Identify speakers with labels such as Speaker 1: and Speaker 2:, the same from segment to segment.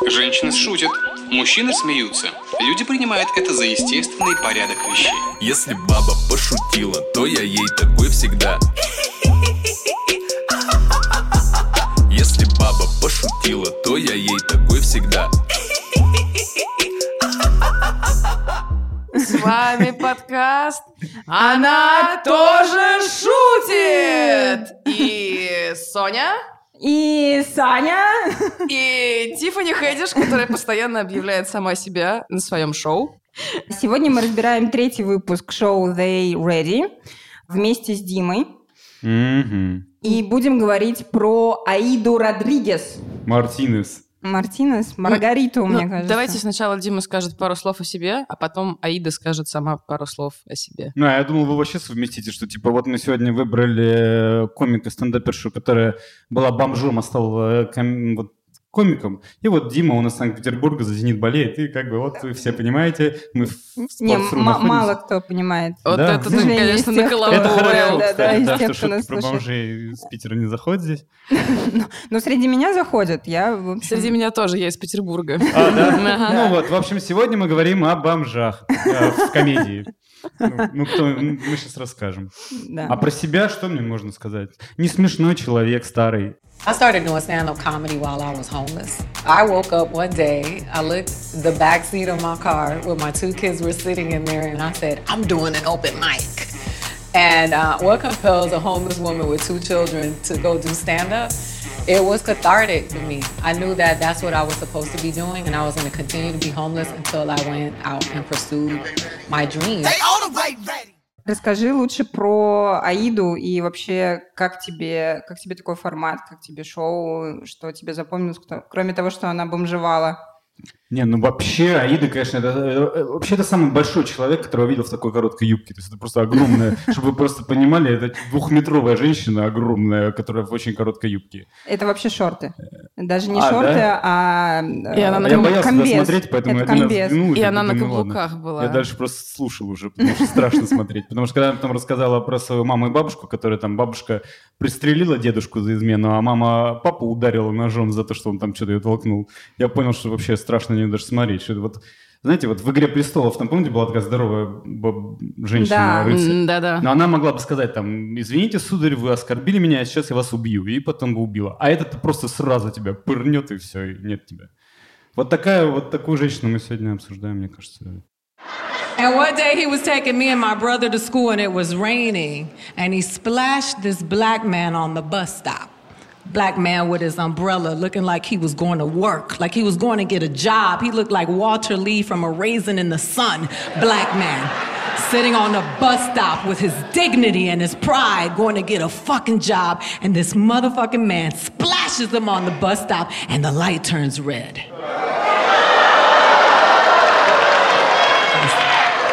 Speaker 1: Отец шутит, мужчины смеются. Люди принимают это за естественный порядок вещей.
Speaker 2: Если баба пошутила, то я ей такой всегда. Если баба пошутила, то я ей такой всегда.
Speaker 3: С вами подкаст «Она тоже шутит!» И Соня,
Speaker 4: И Саня.
Speaker 3: и Тиффани Хэдиш, которая постоянно объявляет сама себя на своем шоу.
Speaker 4: Сегодня мы разбираем третий выпуск шоу They Ready вместе с Димой.
Speaker 5: Мгм.
Speaker 4: И будем говорить про Аиду Родригес.
Speaker 5: Мартинес.
Speaker 4: Мартинес,
Speaker 3: Ну,
Speaker 4: Маргариту, мне кажется.
Speaker 3: Давайте сначала Дима скажет пару слов о себе, а потом Аида скажет сама пару слов о себе.
Speaker 5: Ну, а я думал, вы вообще совместите, что типа вот мы сегодня выбрали комика-стендапершу, которая была бомжом, а стала э, ком- вот комиком. И вот Дима, он из Санкт-Петербурга за «Зенит» болеет. И как бы вот вы все понимаете, мы в
Speaker 4: Не,
Speaker 5: Sports.ru
Speaker 4: ма-
Speaker 5: находимся.
Speaker 4: мало кто понимает.
Speaker 3: Вот
Speaker 5: Да.
Speaker 3: это
Speaker 4: К
Speaker 3: ты,
Speaker 4: сожалению,
Speaker 3: конечно,
Speaker 4: из тех, кто-
Speaker 5: Это
Speaker 4: Ой,
Speaker 3: наколобурил.
Speaker 5: хорошо,
Speaker 4: да,
Speaker 5: кстати,
Speaker 4: из
Speaker 5: да,
Speaker 4: тех,
Speaker 5: что
Speaker 4: кто нас
Speaker 5: шутки про
Speaker 4: слушает.
Speaker 5: бомжей из Питера не заходят здесь.
Speaker 4: Но среди меня заходят. Я, в общем,
Speaker 3: Среди меня тоже, я из Петербурга.
Speaker 5: А, да?
Speaker 3: Ага.
Speaker 5: Ну вот, в общем, сегодня мы говорим о бомжах э, в комедии. Ну, Ну, кто, мы сейчас расскажем.
Speaker 4: да.
Speaker 5: А про себя что мне можно сказать? Не смешной человек старый.
Speaker 6: I started doing stand up comedy while I was homeless. I woke up one day, I looked the back seat of my car where my two kids were sitting in there, and I said, I'm doing an open mic. And uh, what compels a homeless woman with two children to go do stand up? It was cathartic for me. I knew that that's what I was supposed to be doing, and I was going to continue to be homeless until I went out and pursued my dream.
Speaker 4: Расскажи лучше про Аиду и вообще, как тебе, как тебе такой формат, как тебе шоу, что тебе запомнилось, кто- кроме того, что она бомжевала.
Speaker 5: Не, ну вообще, Аида, конечно, это, э, э, вообще это самый большой человек, которого я видел в такой короткой юбке. То есть это просто огромная, чтобы вы просто понимали, это двухметровая женщина огромная, которая в очень короткой юбке.
Speaker 4: Это вообще шорты. Даже не
Speaker 5: А,
Speaker 4: шорты,
Speaker 5: да?
Speaker 4: а... э,
Speaker 3: И она на
Speaker 5: я
Speaker 3: ком-
Speaker 5: боялся туда
Speaker 4: комбез.
Speaker 5: смотреть, поэтому
Speaker 4: это
Speaker 5: я один раз
Speaker 4: комбез.
Speaker 5: взглянул,
Speaker 3: И
Speaker 5: как
Speaker 3: она
Speaker 5: бы,
Speaker 3: на
Speaker 5: ну ладно.
Speaker 3: каблуках была.
Speaker 5: Я дальше просто слушал уже, потому что страшно смотреть. Потому что когда она потом рассказала про свою маму и бабушку, которая там бабушка пристрелила дедушку за измену, а мама папу ударила ножом за то, что он там что-то ее толкнул, я понял, что вообще страшно на нее даже смотреть. Что это вот, знаете, вот в «Игре престолов», там, помните, была такая здоровая баб- женщина,
Speaker 4: Да,
Speaker 5: рыцарь?
Speaker 3: М, Да-да.
Speaker 5: Но она могла бы сказать там, извините, сударь, вы оскорбили меня, а сейчас я вас убью. И потом бы убила. А этот просто сразу тебя пырнет, и все, и нет тебя. Вот такая, вот такую женщину мы сегодня обсуждаем, мне кажется.
Speaker 6: And one day he was taking me and my brother to school and it was raining and he splashed this black man on the bus stop. Black man with his umbrella looking like he was going to work, like he was going to get a job. He looked like Walter Lee from A Raisin in the Sun, black man. Sitting on a bus stop with his dignity and his pride, going to get a fucking job, and this motherfucking man splashes him on the bus stop, and the light turns red.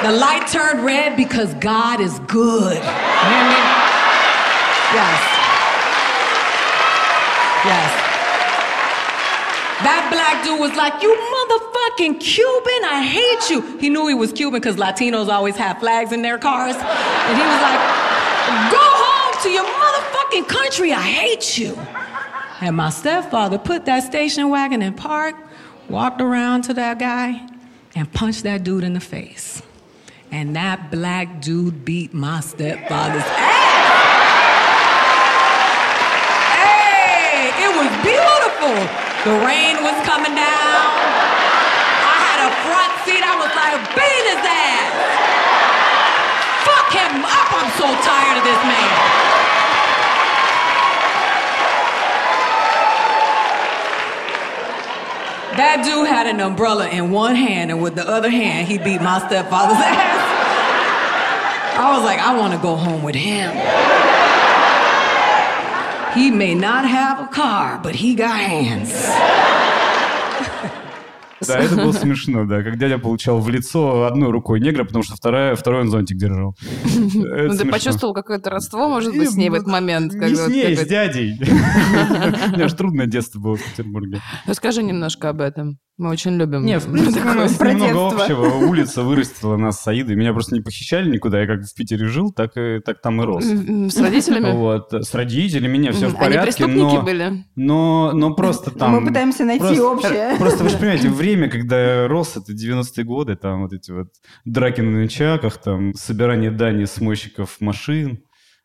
Speaker 6: The light turned red because God is good. You hear me? Yes. Yes. That black dude was like, You motherfucking Cuban, I hate you. He knew he was Cuban because Latinos always have flags in their cars. And he was like, Go home to your motherfucking country, I hate you. And my stepfather put that station wagon in park, walked around to that guy, and punched that dude in the face. And that black dude beat my stepfather's ass. Hey, it was beautiful. The rain was coming down. I had a front seat. I was like, beat his ass. Fuck him up. I'm so tired of this man. That dude had an umbrella in one hand, and with the other hand, he beat my stepfather's ass. I was like, I want to go home with him. He may not have a car, but he got hands.
Speaker 5: Да, это было смешно, да. Как дядя получал в лицо одной рукой негра, потому что вторая, второй он зонтик держал.
Speaker 3: Ну, ты почувствовал какое-то родство, может быть, с ней в этот момент?
Speaker 5: Не
Speaker 3: когда
Speaker 5: с
Speaker 3: вот
Speaker 5: ней, а с
Speaker 3: какой-то-
Speaker 5: дядей. У меня же трудное детство было в Петербурге.
Speaker 3: Расскажи немножко об этом. Мы очень любим.
Speaker 5: Не, в принципе, у нас
Speaker 4: Такое
Speaker 5: немного
Speaker 4: протестство.
Speaker 5: общего. Улица вырастила нас с Аидой. Меня просто не похищали никуда. Я как в Питере жил, так, и, так там и рос.
Speaker 3: М, м, С родителями?
Speaker 5: Вот. С родителями меня все
Speaker 3: Мгм.
Speaker 5: в
Speaker 3: Они
Speaker 5: порядке,
Speaker 3: преступники
Speaker 5: но,
Speaker 3: были?
Speaker 5: но, но просто ну, там...
Speaker 4: Мы пытаемся найти
Speaker 5: Просто-
Speaker 4: общее.
Speaker 5: Просто вы же понимаете, время, когда я рос, это 90-е годы, там вот эти вот драки на ночаках, там собирание дани с мойщиков машин,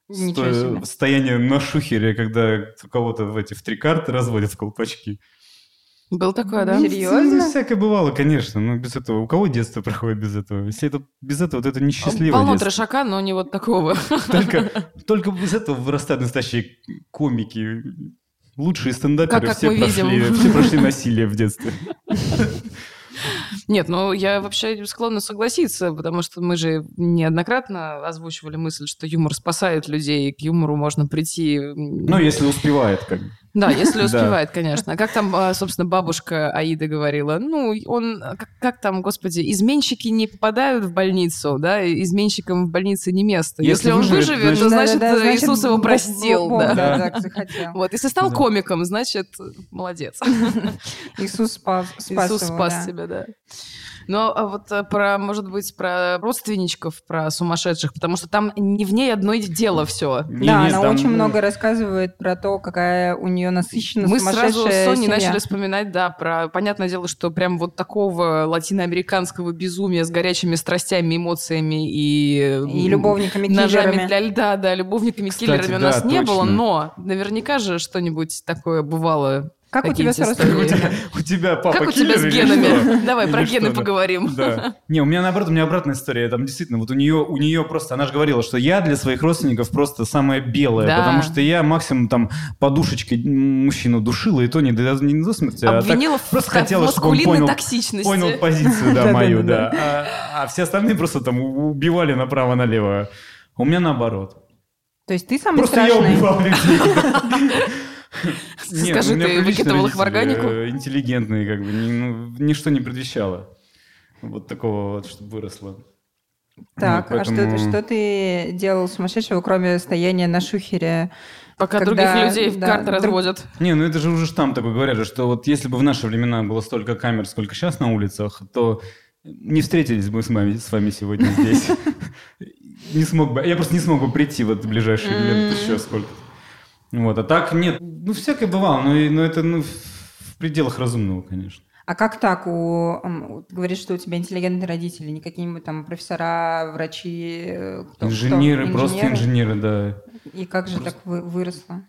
Speaker 4: Ничего
Speaker 5: сто-
Speaker 4: себе.
Speaker 5: стояние на шухере, когда у кого-то в эти в три карты разводят в колпачки.
Speaker 3: Был такое, да?
Speaker 4: Серьезно?
Speaker 5: Ну, всякое бывало, конечно, но без этого. У кого детство проходит без этого? Все это, без этого вот это несчастливое
Speaker 3: Полно
Speaker 5: детство.
Speaker 3: трешака, но не вот такого.
Speaker 5: Только, только из этого вырастают настоящие комики. Лучшие стендаперы
Speaker 3: Как- как
Speaker 5: все,
Speaker 3: мы видим.
Speaker 5: прошли, все прошли насилие в детстве.
Speaker 3: Нет, ну я вообще склонна согласиться, потому что мы же неоднократно озвучивали мысль, что юмор спасает людей, и к юмору можно прийти. м,
Speaker 5: Ну, если успевает, как бы.
Speaker 3: Да, если
Speaker 5: Да.
Speaker 3: успевает, конечно. А Как там, а, собственно, бабушка Аида говорила? Ну, он, а, как, как там, господи, изменщики не попадают в больницу, да? и Изменщикам в больнице не место.
Speaker 5: Если
Speaker 3: Если, он
Speaker 5: выживет,
Speaker 3: выживет, то Ну, значит, э,
Speaker 4: Да-да-да, значит,
Speaker 3: Иисус его
Speaker 4: Бог-
Speaker 3: простил,
Speaker 4: Бог,
Speaker 3: да.
Speaker 4: да, да, захотел.
Speaker 3: Вот, если стал
Speaker 5: Да.
Speaker 3: комиком, значит, молодец.
Speaker 4: Иисус спас, спас
Speaker 3: Иисус
Speaker 4: его,
Speaker 3: спас
Speaker 4: да.
Speaker 3: тебя, да. Но а вот э, про, может быть, про родственничков, про сумасшедших, потому что там не в ней одно и дело все.
Speaker 5: Не,
Speaker 4: да,
Speaker 5: не,
Speaker 4: она
Speaker 5: там-
Speaker 4: очень много рассказывает про то, какая у нее насыщенная
Speaker 3: Мы
Speaker 4: сумасшедшая
Speaker 3: сразу с Соней
Speaker 4: семья.
Speaker 3: начали вспоминать, да, про... Понятное дело, что прям вот такого латиноамериканского безумия с горячими страстями, эмоциями и... э,
Speaker 4: И любовниками,
Speaker 3: Ножами
Speaker 4: киллерами.
Speaker 3: для льда, да, любовниками, киллерами у
Speaker 5: да,
Speaker 3: нас не
Speaker 5: точно.
Speaker 3: было, но наверняка же что-нибудь такое бывало.
Speaker 4: Как у тебя
Speaker 3: Какие-то
Speaker 4: сразу
Speaker 3: истории.
Speaker 4: люди?
Speaker 5: У тебя папа
Speaker 3: как у тебя с
Speaker 5: киллер или
Speaker 3: генами?
Speaker 5: что?
Speaker 3: Давай
Speaker 5: Или
Speaker 3: про
Speaker 5: что,
Speaker 3: гены
Speaker 5: да.
Speaker 3: поговорим.
Speaker 5: Да. Не, у меня наоборот, у меня обратная история. Там действительно, вот у нее, у нее просто, она же говорила, что я для своих родственников просто самая белая,
Speaker 3: Да.
Speaker 5: потому что я максимум там подушечкой м, мужчину душила, и то не до, не до смерти, а так
Speaker 3: Обвинила в,
Speaker 5: просто
Speaker 3: та- в
Speaker 5: хотела, чтобы он
Speaker 3: маскулинной
Speaker 5: понял,
Speaker 3: токсичности.
Speaker 5: понял позицию, да,
Speaker 4: Да-да-да-да.
Speaker 5: мою, да. А- А все остальные просто там у- убивали направо-налево. У меня наоборот.
Speaker 4: То есть ты самый
Speaker 5: Просто я
Speaker 4: страшный.
Speaker 5: убивал людей. Нет, ну,
Speaker 3: Скажи,
Speaker 5: у меня
Speaker 3: ты
Speaker 5: прилично
Speaker 3: выкидывал их в
Speaker 5: родители,
Speaker 3: органику?
Speaker 5: э, Интеллигентные, как бы, ни- ну, ничто не предвещало. Вот такого вот, чтобы выросло.
Speaker 4: Так,
Speaker 5: Вот,
Speaker 4: а что,
Speaker 5: поэтому-
Speaker 4: ты- что ты делал сумасшедшего, кроме стояния на шухере?
Speaker 3: Пока
Speaker 4: Когда-
Speaker 3: других людей в
Speaker 4: да,
Speaker 3: карты
Speaker 4: друг-
Speaker 3: разводят.
Speaker 5: Не, ну это же уже штамп такой говорят, же, что вот если бы в наши времена было столько камер, сколько сейчас на улицах, то не встретились бы с вами, с вами сегодня здесь. Не смог бы, я просто не смог бы прийти вот в ближайшие лет еще сколько. Вот, а так нет, ну всякое бывало, но, и- но это ну, в в пределах разумного, конечно.
Speaker 4: А как так? У, м, у- ты говоришь, что у тебя интеллигентные родители, не какие-нибудь там профессора, врачи, э, кто- кто?
Speaker 5: инженеры, просто инженеры, да.
Speaker 4: И как же так вы- выросло?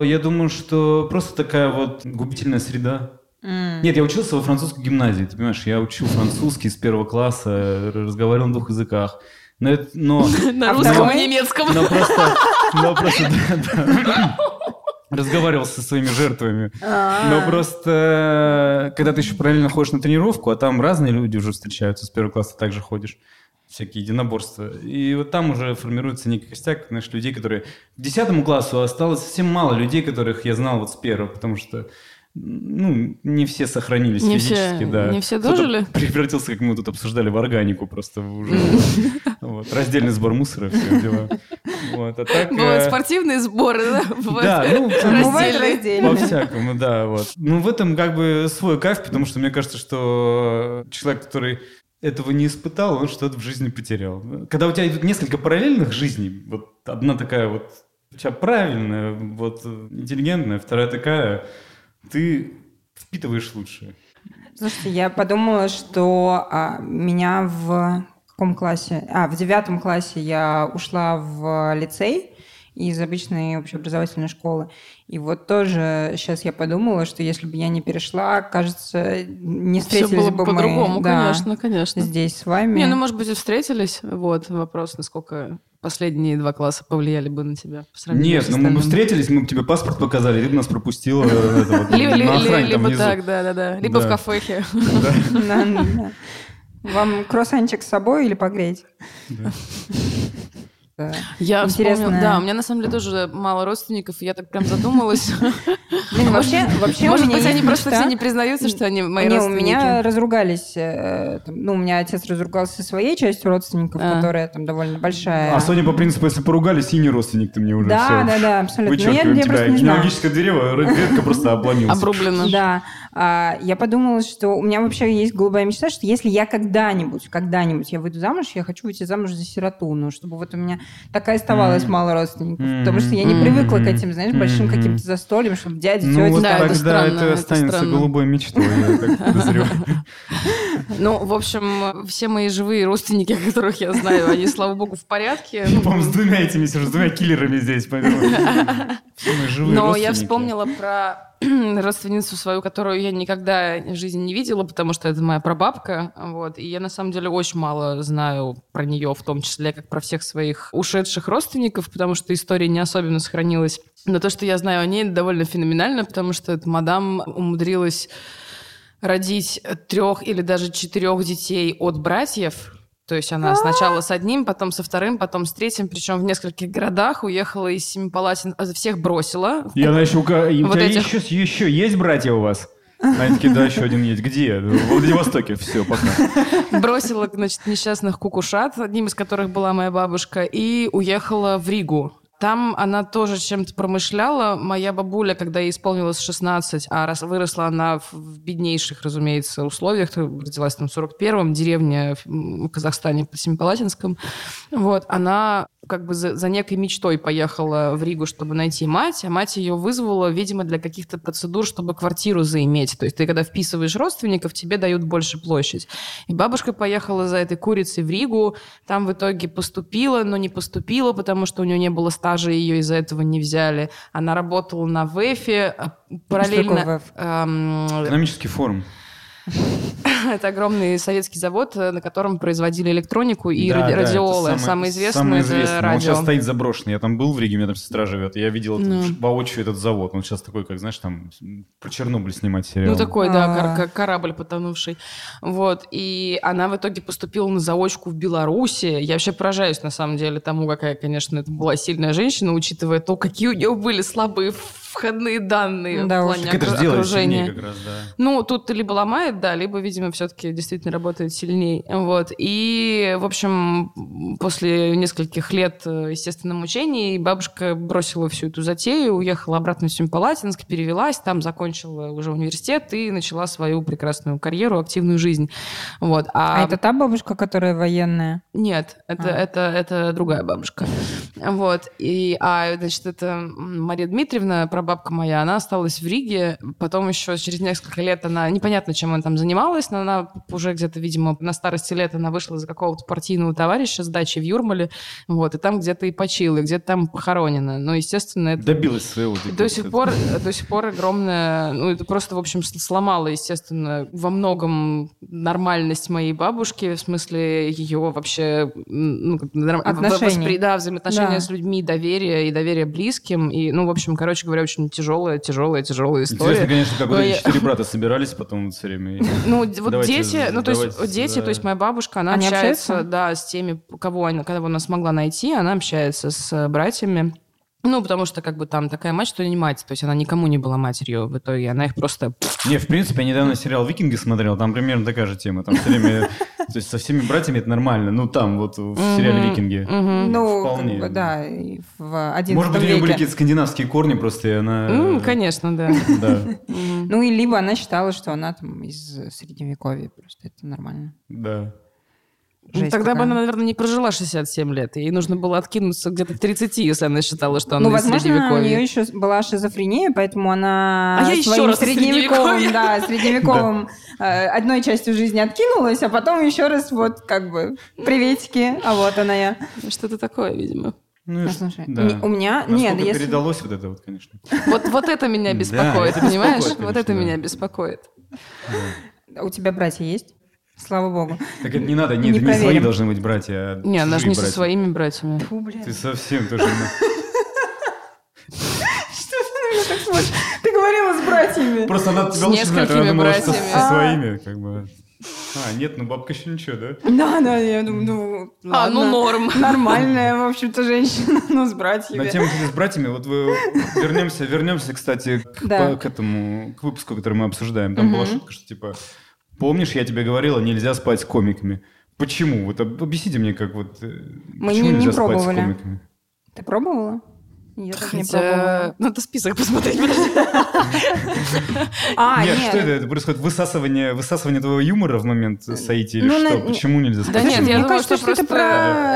Speaker 5: Я думаю, что просто такая вот губительная среда.
Speaker 4: М.
Speaker 5: Нет, я учился во французской гимназии, ты понимаешь, я учил французский с первого класса, р- разговаривал на двух языках. Но, это, но,
Speaker 3: На
Speaker 4: А
Speaker 3: русском
Speaker 4: второй?
Speaker 3: и немецком.
Speaker 5: но Ну, просто, но просто, да, да. разговаривал со своими жертвами.
Speaker 3: А.
Speaker 5: Но просто, э, когда ты еще параллельно ходишь на тренировку, а там разные люди уже встречаются, с первого класса также ходишь, всякие единоборства. И вот там уже формируется некий костяк, знаешь, людей, которые... К десятому классу осталось совсем мало людей, которых я знал вот с первого, потому что ну, не все сохранились
Speaker 3: Не
Speaker 5: физически,
Speaker 3: все-
Speaker 5: да.
Speaker 3: не все
Speaker 5: Кто-то
Speaker 3: дожили?
Speaker 5: превратился, как мы тут обсуждали, в органику просто уже. Вот, Раздельный сбор мусора, все дела. Вот, а так...
Speaker 3: Бывают
Speaker 5: э,
Speaker 3: спортивные сборы, да?
Speaker 5: да,
Speaker 3: бывают.
Speaker 5: ну,
Speaker 4: Ну, бывает
Speaker 3: Раздельный.
Speaker 4: раздельный.
Speaker 5: по всякому, да, вот. Ну, в этом как бы свой кайф, потому что мне кажется, что человек, который этого не испытал, он что-то в жизни потерял. Когда у тебя идут несколько параллельных жизней, вот одна такая вот у тебя правильная, вот интеллигентная, вторая такая, ты впитываешь лучшее.
Speaker 4: Слушайте, я подумала, что а, меня в каком классе? А, в девятом классе я ушла в лицей из обычной общеобразовательной школы. И вот тоже сейчас я подумала, что если бы я не перешла, кажется, не
Speaker 3: Все
Speaker 4: встретились
Speaker 3: было
Speaker 4: бы
Speaker 3: бы
Speaker 4: мы,
Speaker 3: по-другому,
Speaker 4: да,
Speaker 3: конечно, конечно.
Speaker 4: здесь с вами.
Speaker 3: Не, ну, может быть, и встретились. Вот вопрос, насколько последние два класса повлияли бы на тебя по сравнению
Speaker 5: Нет,
Speaker 3: с
Speaker 5: ну мы бы
Speaker 3: остальным.
Speaker 5: встретились, мы бы тебе паспорт показали, ты бы нас пропустила э, это вот,
Speaker 3: Ли- ли-
Speaker 5: на
Speaker 3: ли-
Speaker 5: охране там
Speaker 3: либо
Speaker 5: внизу.
Speaker 3: так, да-да-да. Либо
Speaker 5: Да.
Speaker 3: в кафехе.
Speaker 5: Да.
Speaker 4: Да, да, да. Вам круассанчик с собой или погреть?
Speaker 5: Да.
Speaker 4: Да.
Speaker 3: Я вспомнила,
Speaker 4: Интересно.
Speaker 3: да, у меня на самом деле тоже мало родственников, и я так прям задумалась.
Speaker 4: Блин, вообще, вообще у
Speaker 3: Может
Speaker 4: меня
Speaker 3: быть,
Speaker 4: есть
Speaker 3: они просто
Speaker 4: мечта.
Speaker 3: все не признаются, что они мои
Speaker 4: Не, у меня
Speaker 3: родственники.
Speaker 4: разругались. э, там, ну, у меня отец разругался со своей частью родственников,
Speaker 3: А.
Speaker 4: которая там довольно большая.
Speaker 5: А Соня по принципу, если поругались, и не родственник ты мне уже
Speaker 4: Э, Да,
Speaker 5: все.
Speaker 4: да, да, абсолютно. Ну, я-
Speaker 5: Вычеркиваем
Speaker 4: я
Speaker 5: тебя.
Speaker 4: просто не знаю.
Speaker 5: Генеалогическая древо, ветка просто обломилась.
Speaker 3: Обрублено.
Speaker 4: Да. А, я подумала, что у меня вообще есть голубая мечта, что если я когда-нибудь, когда-нибудь я выйду замуж, я хочу выйти замуж за сироту, ну, чтобы вот у меня такая оставалась мало родственников, потому что я не привыкла к этим, знаешь, большим каким-то застольям, чтобы дядя,
Speaker 5: Ну
Speaker 4: тетя...
Speaker 5: вот
Speaker 3: Да, это
Speaker 5: тогда это,
Speaker 3: странно, это
Speaker 5: останется
Speaker 3: странно.
Speaker 5: голубой мечтой, я так подозреваю.
Speaker 3: Ну, в общем, все мои живые родственники, которых я знаю, они, слава богу, в порядке. Ну,
Speaker 5: По-моему, с двумя этими сижу, с двумя киллерами здесь, поэтому все мы живые
Speaker 3: Но я
Speaker 5: родственники.
Speaker 3: вспомнила про родственницу свою, которую я никогда в жизни не видела, потому что это моя прабабка, вот, и я на самом деле очень мало знаю про нее, в том числе, как про всех своих ушедших родственников, потому что история не особенно сохранилась. Но то, что я знаю о ней, это довольно феноменально, потому что эта мадам умудрилась родить трех или даже четырех детей от братьев. То есть она сначала с одним, потом со вторым, потом с третьим, причем в нескольких городах уехала из Семипалатин, а, всех бросила.
Speaker 5: И она еще... ука- и У
Speaker 3: Вот
Speaker 5: тебя
Speaker 3: этих.
Speaker 5: еще, еще есть братья у вас? Они такие, да, еще один есть. Где? В Владивостоке. Все, пока.
Speaker 3: Бросила, значит, несчастных кукушат, одним из которых была моя бабушка, и уехала в Ригу. Там она тоже чем-то промышляла. Моя бабуля, когда ей исполнилось 16, а раз выросла она в- в беднейших, разумеется, условиях, то родилась там в 41-м, деревне в м, Казахстане под Семипалатинском, вот, она как бы за, за некой мечтой поехала в Ригу, чтобы найти мать, а мать ее вызвала, видимо, для каких-то процедур, чтобы квартиру заиметь. То есть ты, когда вписываешь родственников, тебе дают больше площадь. И бабушка поехала за этой курицей в Ригу, там в итоге поступила, но не поступила, потому что у нее не было стажа, ее из-за этого не взяли. Она работала на ВЭФе, а, параллельно...
Speaker 4: такое ВЭФ?
Speaker 3: эм,
Speaker 5: Экономический форум.
Speaker 3: это огромный советский завод, э, на котором производили электронику и
Speaker 5: Да,
Speaker 3: ради-
Speaker 5: да, это
Speaker 3: радиолы. самое, известное
Speaker 5: самое
Speaker 3: это
Speaker 5: известное. Он
Speaker 3: радио.
Speaker 5: сейчас стоит заброшенный. Я там был в Риге, у меня там сестра живет. Я видел
Speaker 3: Ну.
Speaker 5: этот- воочию этот завод. Он сейчас такой, как, знаешь, там м, про Чернобыль снимать сериал.
Speaker 3: Ну, такой, да, кор-
Speaker 4: А.
Speaker 3: кор- корабль потонувший. Вот. И она в итоге поступила на заочку в Беларуси. Я вообще поражаюсь, на самом деле, тому, какая, конечно, это была сильная женщина, учитывая то, какие у нее были слабые входные данные
Speaker 4: Да
Speaker 3: в
Speaker 4: уж.
Speaker 3: плане
Speaker 5: Так это
Speaker 3: окру-
Speaker 5: же делает
Speaker 3: окружения.
Speaker 5: сильнее как раз, да.
Speaker 3: Ну, тут либо ломает, да, либо, видимо, все-таки действительно работает сильнее. Вот. И, в общем, после нескольких лет, э, естественно, мучений, бабушка бросила всю эту затею, уехала обратно в Семипалатинск, перевелась, там закончила уже университет и начала свою прекрасную карьеру, активную жизнь. Вот.
Speaker 4: А это та бабушка, которая военная?
Speaker 3: Нет, это,
Speaker 4: А.
Speaker 3: это, это другая бабушка. Вот. И, а, значит, это м, Мария Дмитриевна, прабабка моя, она осталась в Риге. Потом еще через несколько лет она... Непонятно, чем она там занималась, но она уже где-то, видимо, на старости лет она вышла за какого-то партийного товарища с дачи в Юрмале. Вот. И там где-то и почила, и где-то там похоронена. Но, естественно, это...
Speaker 5: Добилась своего.
Speaker 3: До сих пор, до сих пор огромная, ну это просто, в общем, сл- сломало, естественно, во многом нормальность моей бабушки, в смысле ее вообще м, ну, как бы норм-
Speaker 4: Отношений.
Speaker 3: воспри- да, взаимоотношения
Speaker 4: Да.
Speaker 3: с людьми, доверие и доверие близким, и, ну, в общем, короче говоря, очень тяжелая, тяжелая, тяжелая история.
Speaker 5: Интересно, конечно, как вот
Speaker 3: Но я-
Speaker 5: эти четыре брата собирались потом все время.
Speaker 3: Ну, д- вот
Speaker 5: Давайте,
Speaker 3: дети, ну, то есть
Speaker 5: давайте,
Speaker 3: дети,
Speaker 5: да.
Speaker 3: то есть моя бабушка, она
Speaker 4: Они
Speaker 3: общается,
Speaker 4: общаются?
Speaker 3: да, с теми, кого она, кого она смогла найти, она общается с э, братьями. Ну, потому что, как бы, там такая мать, что не мать. То есть она никому не была матерью в итоге. Она их просто...
Speaker 5: Не, в принципе, я недавно сериал «Викинги» смотрел, там примерно такая же тема. Там все время, то есть со всеми братьями это нормально. Ну, там вот в сериале «Викинги».
Speaker 3: Мгм.
Speaker 4: Ну,
Speaker 5: вполне.
Speaker 4: как бы, да, и в 11
Speaker 5: Может быть, у нее были
Speaker 4: веке.
Speaker 5: какие-то скандинавские корни просто, и она... э,
Speaker 3: М, Конечно, да.
Speaker 5: Да,
Speaker 4: Ну, и либо она считала, что она там из э, Средневековья, просто это нормально.
Speaker 5: да.
Speaker 3: Ну,
Speaker 4: Жесть
Speaker 3: Тогда бы
Speaker 4: какая.
Speaker 3: она, наверное, не прожила 67 лет. Ей нужно было откинуться где-то к 30, если она считала, что она
Speaker 4: ну,
Speaker 3: из
Speaker 4: возможно, у
Speaker 3: Средневековья.
Speaker 4: нее еще была шизофрения, поэтому она
Speaker 3: А я еще
Speaker 4: своим
Speaker 3: раз из
Speaker 4: средневековым,
Speaker 3: Средневековья.
Speaker 4: да, средневековым э, одной частью жизни откинулась, а потом еще раз вот как бы приветики, а вот она я.
Speaker 3: Ну, Что-то такое, видимо.
Speaker 5: Ну, и
Speaker 4: Ну,
Speaker 5: ш-
Speaker 4: слушай,
Speaker 5: да.
Speaker 4: не- у меня- нет,
Speaker 5: Насколько
Speaker 4: если-
Speaker 5: А передалось вот это вот, конечно.
Speaker 3: Вот, вот это меня
Speaker 5: Да,
Speaker 3: беспокоит,
Speaker 5: это беспокоит,
Speaker 3: понимаешь? вот
Speaker 5: конечно,
Speaker 3: это
Speaker 5: да.
Speaker 3: меня беспокоит.
Speaker 4: А У тебя братья есть? Слава богу.
Speaker 5: Так это не надо,
Speaker 4: Э, Не
Speaker 5: нет, это не
Speaker 4: проверим.
Speaker 5: свои должны быть братья, а
Speaker 3: Не, она же
Speaker 5: чужие
Speaker 3: не со
Speaker 5: братья.
Speaker 3: своими братьями.
Speaker 4: Фу, блин,
Speaker 5: Ты совсем тоже... не-
Speaker 4: что ты на меня так смотришь? Ты говорила с братьями.
Speaker 5: Просто она тебя
Speaker 3: С
Speaker 5: лучше знает, она
Speaker 3: несколькими
Speaker 5: думала, что
Speaker 3: братьями.
Speaker 5: со
Speaker 4: А.
Speaker 5: своими, как бы... А, нет, ну бабка еще ничего, да?
Speaker 4: Да, да, я думаю, ну
Speaker 3: А, ну
Speaker 4: ладно.
Speaker 3: норм.
Speaker 4: Нормальная, в общем-то, женщина, но с
Speaker 5: На
Speaker 4: братьями.
Speaker 5: тему кстати, с братьями, вот вы вернемся, вернемся, кстати, к,
Speaker 4: Да.
Speaker 5: по- к этому, к выпуску, который мы обсуждаем. Там была шутка, что типа, помнишь, я тебе говорила, нельзя спать с комиками. Почему? Вот об- объясните мне, как вот, э,
Speaker 4: Мы
Speaker 5: почему
Speaker 4: не- не
Speaker 5: нельзя спать с
Speaker 4: пробовали.
Speaker 5: комиками?
Speaker 4: Ты пробовала? Я так не
Speaker 3: Хотя...
Speaker 4: пробовала.
Speaker 3: Надо список посмотреть. подожди.
Speaker 4: А,
Speaker 5: нет,
Speaker 4: нет.
Speaker 5: что это? Это происходит высасывание, высасывание твоего юмора в момент сойти или
Speaker 4: Ну,
Speaker 5: что?
Speaker 4: на-
Speaker 5: Почему нельзя
Speaker 3: Да
Speaker 5: сказать?
Speaker 3: нет, я
Speaker 4: Мне
Speaker 3: думаю,
Speaker 4: кажется,
Speaker 3: что
Speaker 4: что это
Speaker 3: просто э,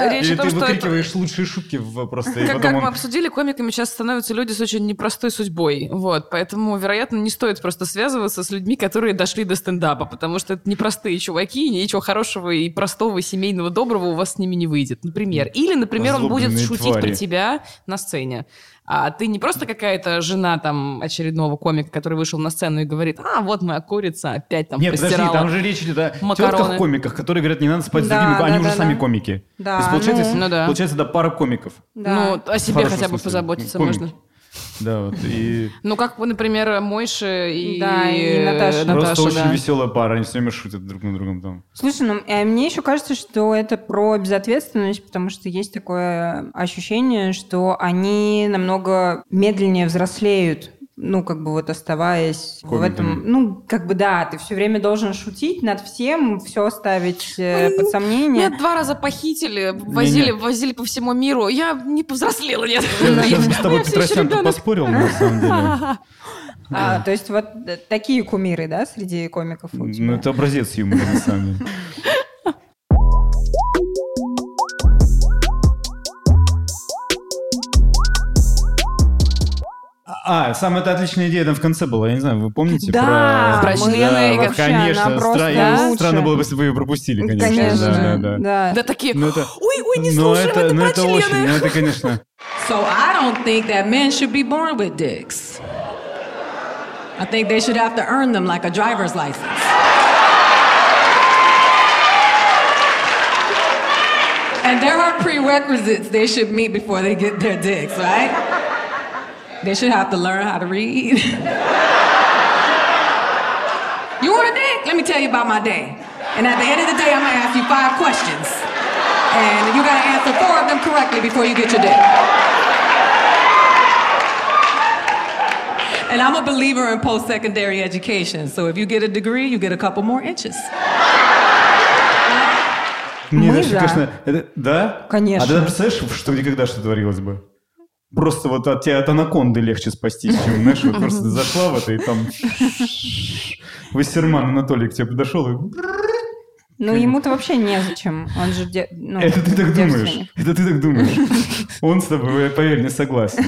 Speaker 4: про- э,
Speaker 3: речь
Speaker 5: Или
Speaker 3: о том,
Speaker 5: ты
Speaker 3: что... это-
Speaker 5: выкрикиваешь лучшие шутки в, просто, и
Speaker 3: Как, как
Speaker 5: потом
Speaker 3: мы
Speaker 5: он...
Speaker 3: обсудили, комиками сейчас становятся люди с очень непростой судьбой. Вот, поэтому, вероятно, не стоит просто связываться с людьми, которые дошли до стендапа, потому что это непростые чуваки, и ничего хорошего и простого, и семейного, доброго у вас с ними не выйдет, например. Или, например, он будет
Speaker 5: Озлобленные
Speaker 3: шутить
Speaker 5: твари.
Speaker 3: про тебя на сцене. А ты не просто какая-то жена там очередного комика, который вышел на сцену и говорит, а, вот моя курица опять там
Speaker 5: Нет, подожди,
Speaker 3: постирала.
Speaker 5: там же речь идет о
Speaker 3: макароны.
Speaker 5: тетках-комиках, которые говорят, не надо спать с
Speaker 4: Да,
Speaker 5: другими, они
Speaker 4: да,
Speaker 5: уже
Speaker 4: да,
Speaker 5: сами
Speaker 4: да.
Speaker 5: комики.
Speaker 4: Да,
Speaker 5: То есть получается,
Speaker 3: ну. Ну да.
Speaker 5: получается, да, пара комиков.
Speaker 4: Да.
Speaker 3: Ну, о
Speaker 5: В
Speaker 3: себе
Speaker 5: хорошем
Speaker 3: хотя бы
Speaker 5: смысле.
Speaker 3: позаботиться
Speaker 5: Комики.
Speaker 3: можно.
Speaker 5: Да, вот, и...
Speaker 3: Ну, как, например, Мойши и,
Speaker 4: Да, и Наташа.
Speaker 5: Просто очень
Speaker 3: да.
Speaker 5: веселая пара, они все время шутят друг на другом там.
Speaker 4: Слушай, ну, э, мне еще кажется, что это про безответственность, потому что есть такое ощущение, что они намного медленнее взрослеют, ну, как бы вот оставаясь в
Speaker 5: Комиками.
Speaker 4: этом... Ну, как бы да, ты все время должен шутить над всем, все ставить э, под сомнение.
Speaker 3: Меня два раза похитили, возили,
Speaker 5: Не-не.
Speaker 3: возили по всему миру. Я не повзрослела, нет.
Speaker 5: Я сейчас бы с
Speaker 3: Ну, Я
Speaker 5: тобой,
Speaker 3: всё ещё
Speaker 5: Петросян, тут
Speaker 3: ребёнок.
Speaker 5: поспорил, на самом деле.
Speaker 4: А, то есть вот э, такие кумиры, да, среди комиков у тебя?
Speaker 5: Ну, это образец юмора, на самом деле. А, самая эта отличная идея там в конце была, я не знаю, вы помните
Speaker 4: Да,
Speaker 5: про...
Speaker 3: про члены, и как-
Speaker 5: конечно,
Speaker 4: она просто
Speaker 5: стра-
Speaker 4: лучше.
Speaker 5: странно было бы, если бы ее пропустили, конечно. да, да, да.
Speaker 3: Да такие,
Speaker 5: Ну, это-
Speaker 3: ой, ой, не
Speaker 5: но
Speaker 3: слушай,
Speaker 5: это,
Speaker 3: это
Speaker 5: но
Speaker 3: про
Speaker 5: это очень, ну
Speaker 3: члены.
Speaker 5: это, конечно,
Speaker 6: So I don't think that men should be born with dicks. I think they should have to earn them like a driver's license. And there are prerequisites they should meet before they get their dicks, right? They should have to learn how to read. you want a dick? Let me tell you about my day. And at the end of the day, I'm gonna ask you five questions. And you gotta answer four of them correctly before you get your dick. And I'm a believer in post secondary education. So if you get a degree, you get a couple more inches.
Speaker 5: Мне
Speaker 4: Мы
Speaker 5: даже,
Speaker 4: за.
Speaker 5: конечно, это- да?
Speaker 4: Конечно.
Speaker 5: А ты представляешь, что никогда что творилось бы? Просто вот от тебя от анаконды легче спастись, чем, знаешь, вот просто ты зашла в это и там... Вассерман Анатолий к тебе подошел и...
Speaker 4: Ну, ему-то вообще незачем. Он же... де- ну,
Speaker 5: Это ты так думаешь.
Speaker 4: девственник.
Speaker 5: Это ты так думаешь. Он с тобой, поверь, не согласен.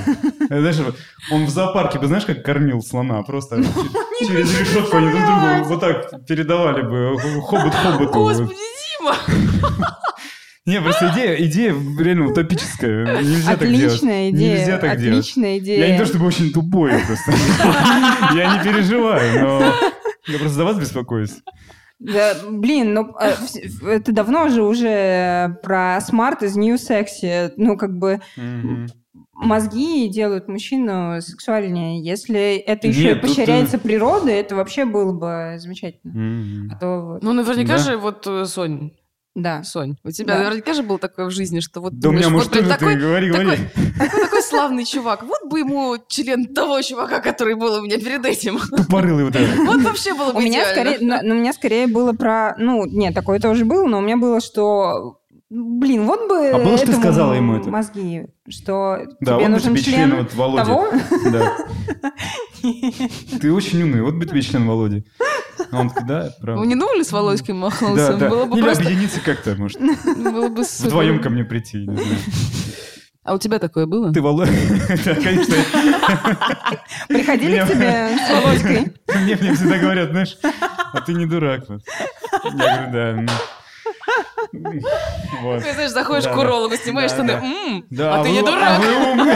Speaker 5: Это Знаешь, он в зоопарке бы, знаешь, как кормил слона? Просто через решетку они друг другу вот так передавали бы. э, Хобот хоботу.
Speaker 3: Господи, Дима!
Speaker 5: Не, просто идея, идея реально утопическая. Нельзя так делать.
Speaker 4: Отличная идея.
Speaker 5: Нельзя так
Speaker 4: Отличная
Speaker 5: делать.
Speaker 4: идея.
Speaker 5: Я не то чтобы очень тупой просто. Я не переживаю, но... Я просто за вас беспокоюсь.
Speaker 4: Да, блин, ну э, вс- в- это давно же уже про смарт из New Sexy. Ну, как бы мозги делают мужчину сексуальнее. Если это еще
Speaker 5: Нет,
Speaker 4: и
Speaker 5: тут, э,
Speaker 4: поощряется природой, это вообще было бы замечательно. А то вот,
Speaker 3: Ну, наверняка
Speaker 5: Да.
Speaker 3: же, вот, э, Сонь,
Speaker 4: да.
Speaker 3: Сонь, у тебя
Speaker 4: Да.
Speaker 3: наверняка же было такое в жизни, что вот
Speaker 5: Да у меня
Speaker 3: думаешь,
Speaker 5: муж
Speaker 3: вот, блин,
Speaker 5: тоже, ты
Speaker 3: такой,
Speaker 5: говори, говори.
Speaker 3: такой- такой славный чувак, вот бы ему член того чувака, который был у меня перед этим.
Speaker 5: Тупорылый вот этот.
Speaker 3: Вот вообще было бы
Speaker 4: У меня,
Speaker 3: идеально.
Speaker 4: скорее, на- на- у меня скорее было про... Ну, нет, такое тоже было, но у меня было, что... Блин, вот бы
Speaker 5: А было, что ты
Speaker 4: этому
Speaker 5: сказала ему это?
Speaker 4: мозги, что тебе
Speaker 5: Да, вот бы
Speaker 4: нужен
Speaker 5: тебе
Speaker 4: член,
Speaker 5: член вот Володи.
Speaker 4: того,
Speaker 5: Да. Ты очень умный, вот бы тебе член Володи. А он такой, да,
Speaker 3: Вы
Speaker 5: правда.
Speaker 3: Ну, не думали с Володькой
Speaker 5: Да,
Speaker 3: Махлонцем?
Speaker 5: да.
Speaker 3: Было бы
Speaker 5: Или
Speaker 3: просто... Ну,
Speaker 5: объединиться как-то, может,
Speaker 3: Было бы супер.
Speaker 5: вдвоем ко мне прийти. не знаю.
Speaker 3: А у тебя такое было?
Speaker 5: Ты Володя. Да, конечно,
Speaker 4: приходили
Speaker 5: Меня-
Speaker 4: к тебе с Володькой?
Speaker 5: Мне, мне всегда говорят, знаешь, а ты не дурак. вот. Я говорю, да. ну». Вот.
Speaker 3: Ты, знаешь, заходишь
Speaker 5: Да,
Speaker 3: к
Speaker 5: да.
Speaker 3: урологу, снимаешь
Speaker 5: Да,
Speaker 3: штаны,
Speaker 5: да.
Speaker 3: «М,
Speaker 5: Да,
Speaker 3: а ты
Speaker 5: вы-
Speaker 3: не
Speaker 5: А
Speaker 3: дурак.
Speaker 5: вы умный.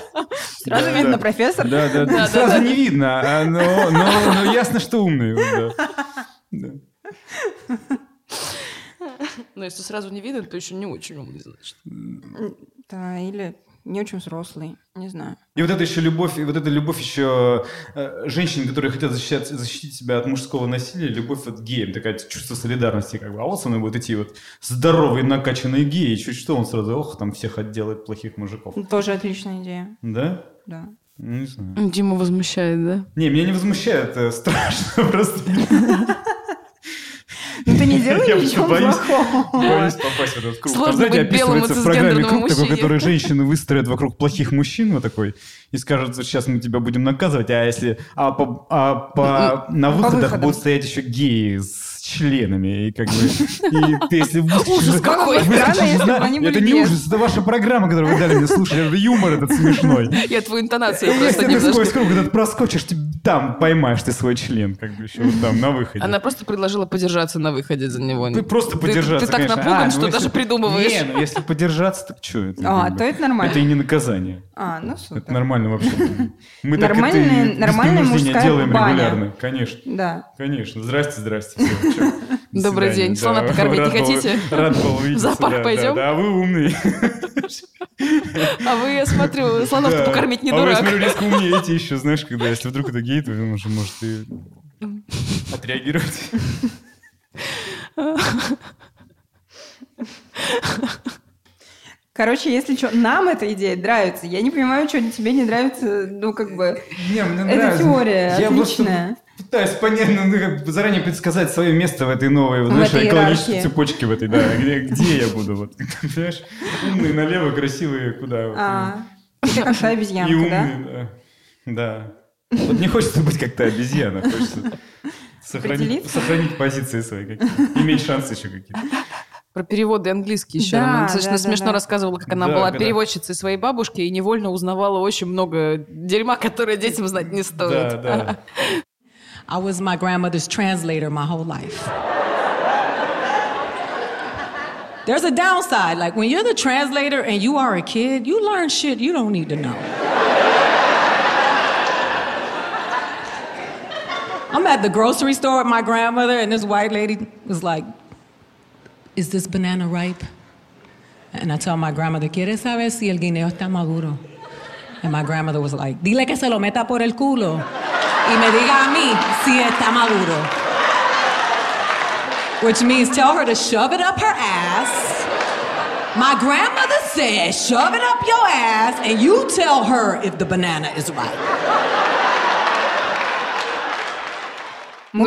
Speaker 4: Сразу
Speaker 5: Да,
Speaker 4: видно,
Speaker 5: да.
Speaker 4: профессор.
Speaker 5: Да, да,
Speaker 3: да,
Speaker 5: Сразу
Speaker 3: да.
Speaker 5: не видно, а, но, но- но ясно, что умный. вот, да. Да.
Speaker 3: Но Ну, если сразу не видно, то еще не очень умный, значит.
Speaker 4: Да, или не очень взрослый, не знаю.
Speaker 5: И вот это еще любовь, и вот эта любовь еще э, женщин, которые хотят защищать, защитить себя от мужского насилия, любовь от геям, такая чувство солидарности, как бы. А вот со мной будут идти вот здоровые накачанные геи, чуть что он сразу, ох, там всех отделает плохих мужиков.
Speaker 4: Тоже отличная идея,
Speaker 5: Да?
Speaker 4: да.
Speaker 5: Ну, не знаю.
Speaker 3: Дима возмущает, да?
Speaker 5: Не, меня не возмущает, э, страшно просто.
Speaker 4: Ну, ты не
Speaker 5: Я
Speaker 4: делай ничего
Speaker 5: боюсь,
Speaker 4: плохого.
Speaker 5: боюсь попасть в этот круг. Там,
Speaker 3: Сложно
Speaker 5: знаете,
Speaker 3: быть белым и
Speaker 5: описывается в программе
Speaker 3: цисгендерным
Speaker 5: круг такой,
Speaker 3: мужчиной.
Speaker 5: который женщины выстроят вокруг плохих мужчин вот такой и скажут, вот сейчас мы тебя будем наказывать, а если а по, а по- на выходах
Speaker 4: выходам.
Speaker 5: будут стоять еще геи с членами, и как бы... И ты, если выскочишь...
Speaker 3: какой.
Speaker 5: выскочишь
Speaker 4: Странно,
Speaker 5: из
Speaker 4: если бы
Speaker 5: на-
Speaker 4: они были
Speaker 5: ну, Это не
Speaker 4: без.
Speaker 5: ужас, это ваша программа, которую вы дали мне слушать, это юмор этот смешной.
Speaker 3: Я твою интонацию
Speaker 5: Если
Speaker 3: просто
Speaker 5: ты
Speaker 3: немножко...
Speaker 5: сквозь круг этот проскочишь, ты там поймаешь ты свой член, как бы еще вот там, на выходе.
Speaker 3: Она просто предложила подержаться на выходе за него.
Speaker 5: Ты просто
Speaker 3: Ты-
Speaker 5: подержаться,
Speaker 3: Ты, так
Speaker 5: конечно.
Speaker 3: напуган,
Speaker 5: А, ну
Speaker 3: что
Speaker 5: если-
Speaker 3: даже придумываешь.
Speaker 5: Не, ну если подержаться, так что это?
Speaker 4: А,
Speaker 5: как бы?
Speaker 4: то это нормально.
Speaker 5: Это и не наказание.
Speaker 4: А, ну супер.
Speaker 5: Это нормально вообще. Мы так это
Speaker 4: Нормальная-
Speaker 5: и без
Speaker 4: нормальная
Speaker 5: принуждения
Speaker 4: мужская
Speaker 5: делаем
Speaker 4: баня.
Speaker 5: регулярно. Конечно.
Speaker 4: Да.
Speaker 5: Конечно. Здрасте, здрасте. всё, чё. До
Speaker 3: Добрый
Speaker 5: свидания.
Speaker 3: день.
Speaker 5: Да,
Speaker 3: Слона покормить не
Speaker 5: рад был-
Speaker 3: хотите?
Speaker 5: Рад был увидеться.
Speaker 3: зоопарк
Speaker 5: да, да,
Speaker 3: пойдем?
Speaker 5: Да, а вы умный.
Speaker 3: А вы, я смотрю, слонов-то покормить не
Speaker 5: а вы,
Speaker 3: дурак.
Speaker 5: смотрю, резко умнеете еще, знаешь, когда, если вдруг это гей, то он уже может и отреагировать.
Speaker 4: Короче, если что, нам эта идея нравится. Я не понимаю, что тебе не нравится, ну, как бы...
Speaker 5: Не, мне
Speaker 4: Эта
Speaker 5: нравится.
Speaker 4: теория
Speaker 5: Я просто
Speaker 4: отличная.
Speaker 5: пытаюсь понять, ну, ну, как бы заранее предсказать свое место в этой новой, вот,
Speaker 4: В
Speaker 5: знаешь,
Speaker 4: этой
Speaker 5: экологической
Speaker 4: иерархии.
Speaker 5: цепочке в этой, да, где, где я буду, вот, понимаешь, умные налево, красивые куда, вот,
Speaker 4: А, ты как та
Speaker 5: и
Speaker 4: обезьянка, да?
Speaker 5: умные, да. да. Вот не хочется быть как-то обезьяна, хочется сохранить,
Speaker 4: Определиться?
Speaker 5: сохранить позиции свои какие-то, иметь шансы еще какие-то.
Speaker 3: Про переводы английский еще.
Speaker 4: Да,
Speaker 3: она достаточно
Speaker 4: да, да,
Speaker 3: смешно
Speaker 4: да.
Speaker 3: рассказывала, как она
Speaker 5: Да,
Speaker 3: была
Speaker 5: да.
Speaker 3: переводчицей своей бабушки и невольно узнавала очень много дерьма, которое детям знать не стоит.
Speaker 5: Да, да.
Speaker 6: I was my grandmother's translator my whole life. There's a downside. Like when you're the translator and you are a kid, you learn shit you don't need to know. I'm at the grocery store with my grandmother, and this white lady was like, Is this banana ripe? And I tell my grandmother, ¿Quieres saber si el guineo está maduro? And my grandmother was like, Dile que se lo meta por el culo. Y me diga a mí si está maduro. Which means tell her to shove it up her ass. My grandmother said, shove it up your ass, and you tell her if the banana is right.
Speaker 4: Мы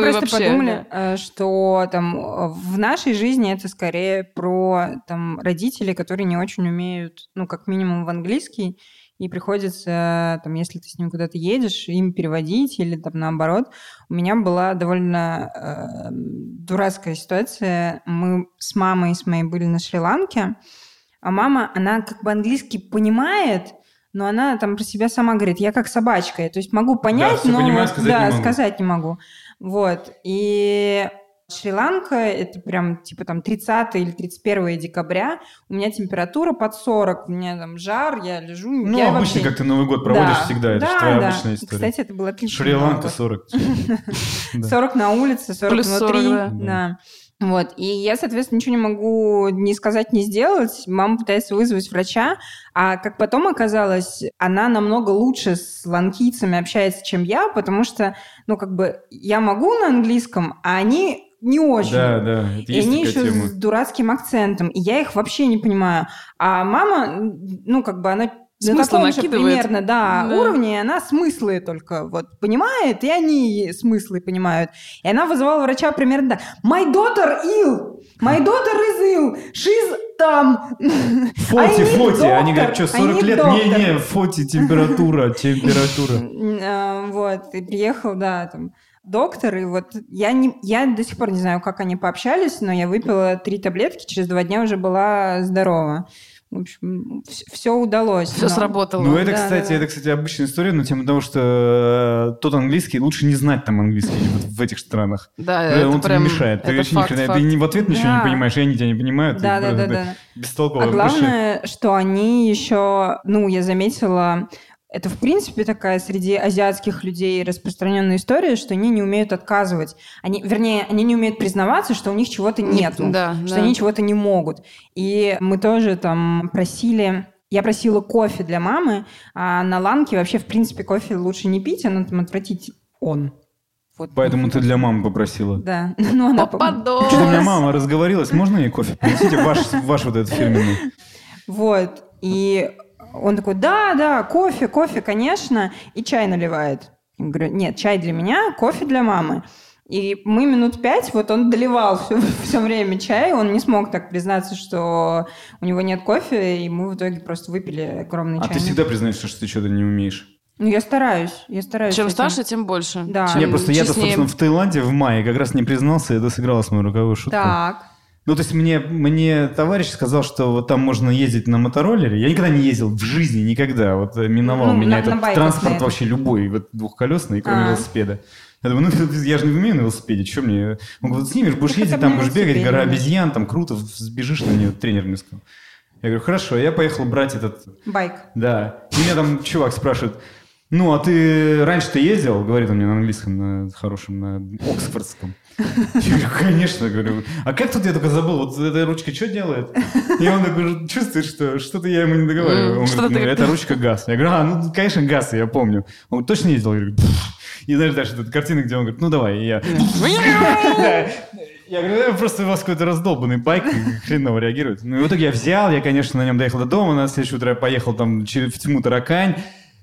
Speaker 3: Ну и
Speaker 4: просто
Speaker 3: вообще,
Speaker 4: подумали, э, что там э, в нашей жизни это скорее про там родителей, которые не очень умеют, ну, как минимум в английский, и приходится, э, там, если ты с ним куда-то едешь, им переводить или там наоборот. У меня была довольно э, дурацкая ситуация. Мы с мамой и с моей были на Шри-Ланке, а мама, она как бы английский понимает, но она там про себя сама говорит, я как собачка, я, то есть могу понять,
Speaker 5: всё
Speaker 4: но
Speaker 5: понимаю, сказать
Speaker 4: да,
Speaker 5: не могу.
Speaker 4: сказать не могу. Вот. И Шри-Ланка, это прям типа там 30 или 31 декабря, у меня температура под 40, у меня там жар, я лежу.
Speaker 5: Ну,
Speaker 4: я
Speaker 5: обычно,
Speaker 4: вообще-
Speaker 5: как ты Новый год проводишь
Speaker 4: Да,
Speaker 5: всегда, это
Speaker 4: да,
Speaker 5: же твоя
Speaker 4: да.
Speaker 5: обычная история.
Speaker 4: Кстати, это было отлично.
Speaker 5: Шри-Ланка 40. Да.
Speaker 4: 40 на улице, 40
Speaker 3: Плюс
Speaker 4: внутри.
Speaker 3: 40,
Speaker 5: да.
Speaker 4: да. Вот. И я, соответственно, ничего не могу ни сказать, ни сделать. Мама пытается вызвать врача. А как потом оказалось, она намного лучше с ланкийцами общается, чем я, потому что, ну, как бы, я могу на английском, а они не очень.
Speaker 5: Да, да, это
Speaker 4: И
Speaker 5: есть
Speaker 4: они еще
Speaker 5: такая тема.
Speaker 4: с дурацким акцентом. И я их вообще не понимаю. А мама, ну, как бы она на
Speaker 3: Смыслы
Speaker 4: таком же
Speaker 3: накидывает.
Speaker 4: примерно, да,
Speaker 3: Да.
Speaker 4: уровне, она смыслы только вот понимает, и они смыслы понимают. И она вызывала врача примерно так. My daughter ill! My daughter is ill! She's там!
Speaker 5: Фоти,
Speaker 4: I need
Speaker 5: фоти. Они говорят, что
Speaker 4: doctor, I
Speaker 5: 40
Speaker 4: need
Speaker 5: лет?
Speaker 4: doctor.
Speaker 5: Не-не, фоти, температура, температура.
Speaker 4: Э, Вот, и приехал, да, там, доктор, и вот я, не, я до сих пор не знаю, как они пообщались, но я выпила три таблетки, через два дня уже была здорова. В общем, все, удалось.
Speaker 3: Все
Speaker 4: но-
Speaker 3: сработало.
Speaker 5: Ну, это,
Speaker 4: да,
Speaker 5: кстати,
Speaker 4: да.
Speaker 5: это, кстати, обычная история на тему того, что э, тот английский, лучше не знать там английский вот в этих странах.
Speaker 3: Да,
Speaker 5: Э,
Speaker 3: это
Speaker 5: Он тебе
Speaker 3: прям...
Speaker 5: мешает.
Speaker 3: это
Speaker 5: Ты вообще ни
Speaker 3: факт,
Speaker 5: хрена,
Speaker 3: факт.
Speaker 5: ты ни в ответ ничего не
Speaker 4: Да.
Speaker 5: понимаешь, и они тебя не понимают.
Speaker 4: Да,
Speaker 5: и
Speaker 4: да,
Speaker 5: просто
Speaker 4: да, да.
Speaker 5: ты Бестолковая
Speaker 4: А главное, что они еще, ну, я заметила, это, в принципе, такая среди азиатских людей распространенная история, что они не умеют отказывать. Они, вернее, они не умеют признаваться, что у них чего-то нет,
Speaker 3: да,
Speaker 4: что
Speaker 3: да.
Speaker 4: они чего-то не могут. И мы тоже там просили... Я просила кофе для мамы, а на ланке вообще, в принципе, кофе лучше не пить, она там отвратить он. Вот.
Speaker 5: Поэтому ты для мамы попросила.
Speaker 4: Да. Ну, она... по-
Speaker 3: Попадос!
Speaker 5: Что-то у меня мама разговорилась, можно ей кофе? Принесите ваш, ваш вот этот фирменный.
Speaker 4: Вот. И он такой, да, да, кофе, кофе, конечно. И чай наливает. Я говорю, нет, чай для меня, кофе для мамы. И мы минут пять, вот он доливал все, время чай, он не смог так признаться, что у него нет кофе, и мы в итоге просто выпили огромный
Speaker 5: А
Speaker 4: чай.
Speaker 5: ты всегда признаешься, что ты что-то не умеешь?
Speaker 4: Ну, я стараюсь, я стараюсь.
Speaker 3: Чем
Speaker 4: этим.
Speaker 3: старше, тем больше.
Speaker 4: Да.
Speaker 3: Чем
Speaker 4: Не,
Speaker 5: Я просто я-то,
Speaker 3: честнее.
Speaker 5: собственно, в Таиланде в мае как раз не признался, и это сыграло с моей роковой шуткой.
Speaker 4: Так.
Speaker 5: Ну, то есть мне, мне товарищ сказал, что вот там можно ездить на мотороллере. Я никогда не ездил в жизни, никогда. Вот э, миновал
Speaker 4: Ну,
Speaker 5: меня
Speaker 4: на-
Speaker 5: этот
Speaker 4: на байках,
Speaker 5: транспорт
Speaker 4: наверное.
Speaker 5: вообще любой, вот двухколесный, кроме
Speaker 4: А.
Speaker 5: велосипеда. Я думаю, ну я же не умею на велосипеде, что мне? Он говорит, снимешь, будешь
Speaker 4: Ну, хотя
Speaker 5: ездить,
Speaker 4: бы
Speaker 5: там
Speaker 4: на
Speaker 5: будешь бегать,
Speaker 4: велосипеде.
Speaker 5: гора обезьян, там круто, сбежишь на нее, тренер мне сказал. Я говорю, хорошо, я поехал брать этот
Speaker 4: Байк.
Speaker 5: да. И Меня там чувак спрашивает, ну, а ты раньше ты ездил? Говорит он мне на английском, на хорошем, на оксфордском. Я говорю, конечно, говорю. А как тут я только забыл, вот эта ручка что делает? И он такой чувствует, что что-то я ему не
Speaker 3: Мгм,
Speaker 5: договариваю. Он
Speaker 3: что-то
Speaker 5: говорит, ну,
Speaker 3: ты-
Speaker 5: это ручка газ. Я говорю, а, ну, конечно, газ, я помню. Он говорит, точно ездил? Я говорю, «Пф». и знаешь, дальше тут картина, где он говорит, ну, давай, и я. Да. Я говорю, «Э, просто у вас какой-то раздолбанный байк, и хреново реагирует. Ну, и в итоге я взял, я, конечно, на нем доехал до дома, на следующее утро я поехал там через, в тьму таракань,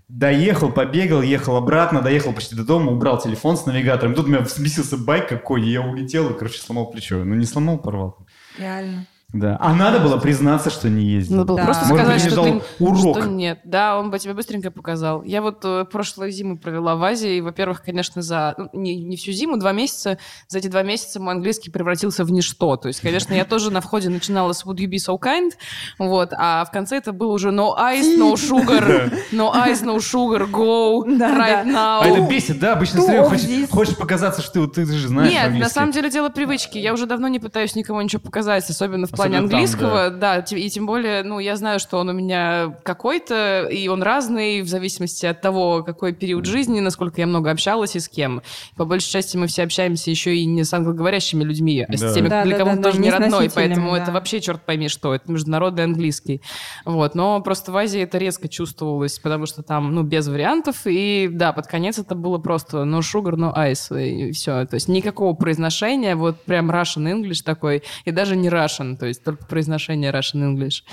Speaker 5: доехал, побегал, ехал обратно, доехал почти до дома, убрал телефон с навигатором. Тут у меня взбесился байк какой, и я улетел, и, короче, сломал плечо. Ну, не сломал, порвал.
Speaker 4: Реально.
Speaker 5: Да. А надо было признаться, что не ездил.
Speaker 3: Надо было
Speaker 4: Да.
Speaker 3: просто
Speaker 5: Может быть,
Speaker 3: сказать,
Speaker 5: я
Speaker 3: что
Speaker 5: ждал
Speaker 3: ты...
Speaker 5: урок.
Speaker 3: что нет. Да, он бы тебе быстренько показал. Я вот э, прошлую зиму провела в Азии. и, Во-первых, конечно, за... ну, Не, не всю зиму, два месяца. За эти два месяца мой английский превратился в ничто. То есть, конечно, я тоже на входе начинала с «Would you be so kind?», вот, а в конце это был уже «No ice, no sugar», «No ice, no sugar, go,
Speaker 4: Да,
Speaker 3: right
Speaker 4: да.
Speaker 5: А это
Speaker 3: now».
Speaker 5: бесит, да? Обычно
Speaker 4: Two
Speaker 5: все время
Speaker 4: of
Speaker 5: хочешь,
Speaker 4: these.
Speaker 5: хочешь показаться, что ты, вот ты же знаешь
Speaker 3: Нет, на
Speaker 5: английский.
Speaker 3: самом деле дело привычки. Я уже давно не пытаюсь никому ничего показать, особенно в плане
Speaker 5: Особенно там,
Speaker 3: английского. да. те- и тем более, ну, я знаю, что он у меня какой-то, и он разный в зависимости от того, какой период жизни, насколько я много общалась и с кем. По большей части мы все общаемся еще и не с англоговорящими людьми, а
Speaker 5: Да.
Speaker 3: с теми,
Speaker 4: Да,
Speaker 3: для
Speaker 4: да,
Speaker 3: кого
Speaker 4: да,
Speaker 3: ты
Speaker 4: да,
Speaker 3: тоже
Speaker 4: не
Speaker 3: не
Speaker 4: с
Speaker 3: родной,
Speaker 4: носителями,
Speaker 3: поэтому
Speaker 4: да.
Speaker 3: это вообще черт пойми что, это международный английский. Вот, но просто в Азии это резко чувствовалось, потому что там, ну, без вариантов, и да, под конец это было просто no sugar, no ice, и все, то есть никакого произношения, вот прям Russian English такой, и даже не Russian, то есть только произношение Russian English.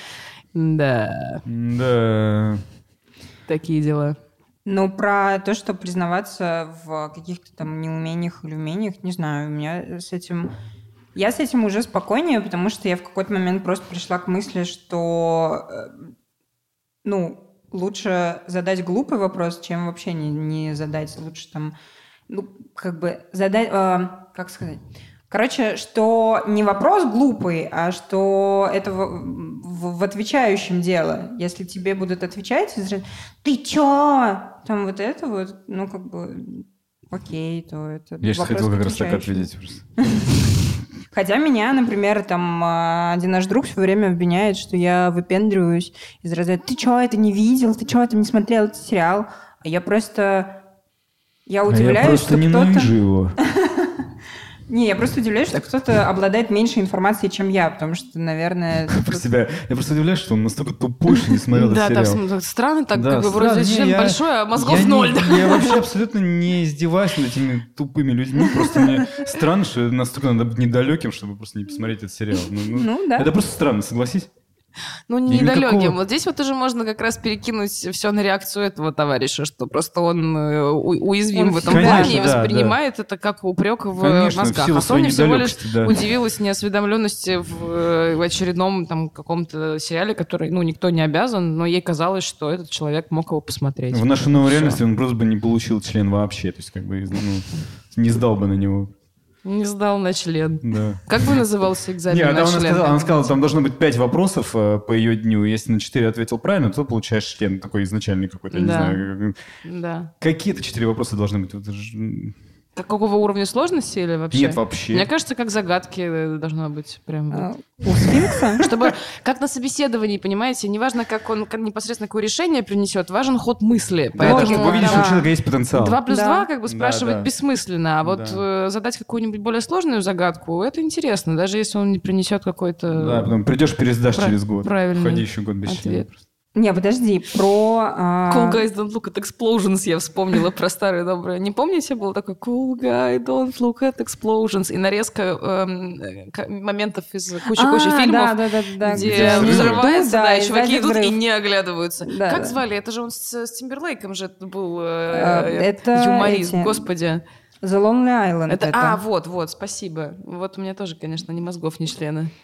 Speaker 3: Да,
Speaker 5: Да.
Speaker 3: такие дела.
Speaker 4: Ну, про то, что признаваться в каких-то там неумениях или умениях, не знаю, у меня с этим... Я с этим уже спокойнее, потому что я в какой-то момент просто пришла к мысли, что, э, ну, лучше задать глупый вопрос, чем вообще не, не задать. Лучше там, ну, как бы задать... э, как сказать? Короче, что не вопрос глупый, а что это в, в- в отвечающем дело. Если тебе будут отвечать, из- ты чё? Там вот это вот, ну, как бы, окей, то это
Speaker 5: Я сейчас
Speaker 4: вопрос
Speaker 5: хотел как
Speaker 4: к
Speaker 5: раз так
Speaker 4: отвечающему.
Speaker 5: ответить. просто.
Speaker 4: Хотя меня, например, там а, один наш друг все время обвиняет, что я выпендриваюсь из разряда «Ты чё, это не видел? Ты чё, это не смотрел этот сериал?» А я просто...
Speaker 5: А
Speaker 3: А
Speaker 4: Я удивляюсь, что кто-то...
Speaker 5: его.
Speaker 4: Не, я просто удивляюсь, что кто-то обладает меньше информации, чем я, потому что, наверное... тут-
Speaker 5: Про себя. Я просто удивляюсь, что он настолько тупой, что не смотрел
Speaker 3: Да,
Speaker 5: этот
Speaker 3: там
Speaker 5: сериал.
Speaker 3: см- так странно, так
Speaker 5: Да,
Speaker 3: как бы
Speaker 5: странно.
Speaker 3: вроде
Speaker 5: Не,
Speaker 3: член
Speaker 5: я-
Speaker 3: большой, а мозгов
Speaker 5: я не-
Speaker 3: ноль, да.
Speaker 5: Я вообще абсолютно не издеваюсь над этими тупыми людьми. Просто мне странно, что настолько надо быть недалеким, чтобы просто не посмотреть этот сериал. Ну, ну,
Speaker 4: Ну, да.
Speaker 5: Это просто странно, согласись?
Speaker 3: Ну,
Speaker 5: И
Speaker 3: недалеким.
Speaker 5: никакого-
Speaker 3: Вот здесь вот уже можно как раз перекинуть все на реакцию этого товарища, что просто он э, у- уязвим
Speaker 4: Он
Speaker 3: в этом
Speaker 5: Конечно,
Speaker 3: плане и
Speaker 5: да, да.
Speaker 3: воспринимает это как упрек в э,
Speaker 5: Конечно, в
Speaker 3: мозгах.
Speaker 5: силу
Speaker 3: а Соня
Speaker 5: своей
Speaker 3: всего лишь
Speaker 5: недалёкости, да.
Speaker 3: удивилась неосведомленности в, э, в очередном там каком-то сериале, который, ну, никто не обязан, но ей казалось, что этот человек мог его посмотреть.
Speaker 5: В нашей новой
Speaker 3: Всё.
Speaker 5: реальности он просто бы не получил член вообще. То есть как бы ну, не сдал бы на него.
Speaker 3: Не сдал на член.
Speaker 5: Да.
Speaker 3: Как бы назывался экзамен
Speaker 5: Нет,
Speaker 3: на
Speaker 5: она
Speaker 3: член?
Speaker 5: сказала, она сказала, там должно быть пять вопросов э, по ее дню. Если на четыре ответил правильно, то получаешь член такой изначальный какой-то, я не
Speaker 3: Да.
Speaker 5: знаю.
Speaker 3: Да.
Speaker 5: Какие-то четыре вопроса должны быть? Вот это ж, м,
Speaker 3: Так какого уровня сложности или вообще?
Speaker 5: Нет, вообще.
Speaker 3: Мне кажется, как загадки э, должно быть прям. вот.
Speaker 4: э, У сфинкса?
Speaker 3: Чтобы, как на собеседовании, понимаете, неважно, как он как непосредственно какое решение принесет, важен ход мысли.
Speaker 5: Да,
Speaker 4: Поэтому-
Speaker 5: так, чтобы увидеть, что у
Speaker 4: Да.
Speaker 5: человека есть потенциал.
Speaker 3: Два э, плюс
Speaker 4: Да.
Speaker 3: два, как бы
Speaker 5: Да,
Speaker 3: спрашивать
Speaker 5: да.
Speaker 3: бессмысленно, а вот
Speaker 5: Да.
Speaker 3: э, задать какую-нибудь более сложную загадку, это интересно, даже если он не принесет какой-то...
Speaker 5: Да, потом придешь, пересдашь
Speaker 3: Пра-
Speaker 5: через год.
Speaker 3: правильный
Speaker 5: Входи еще год без
Speaker 3: ответ.
Speaker 5: члена просто.
Speaker 4: Не, подожди, про... а,
Speaker 3: Cool guys don't look at explosions, я вспомнила про старые добрые. Не помните, был такой cool guy don't look at explosions и нарезка эм, э, к- моментов из
Speaker 4: А,
Speaker 3: кучи-кучи фильмов,
Speaker 4: Да, да, да, да.
Speaker 3: где
Speaker 5: взрыв.
Speaker 3: взрывается,
Speaker 4: Да,
Speaker 3: да, и
Speaker 4: и
Speaker 3: чуваки
Speaker 4: сзади
Speaker 3: идут и
Speaker 4: взрыв.
Speaker 3: не оглядываются.
Speaker 4: Да,
Speaker 3: как
Speaker 4: да.
Speaker 3: звали? Это же он с, с Тимберлейком же был э,
Speaker 4: Э, это
Speaker 3: юморист,
Speaker 4: эти-
Speaker 3: господи.
Speaker 4: The Lonely Island
Speaker 3: Это,
Speaker 4: это.
Speaker 3: А, вот, вот, спасибо. Вот у меня тоже, конечно, ни мозгов, ни члена.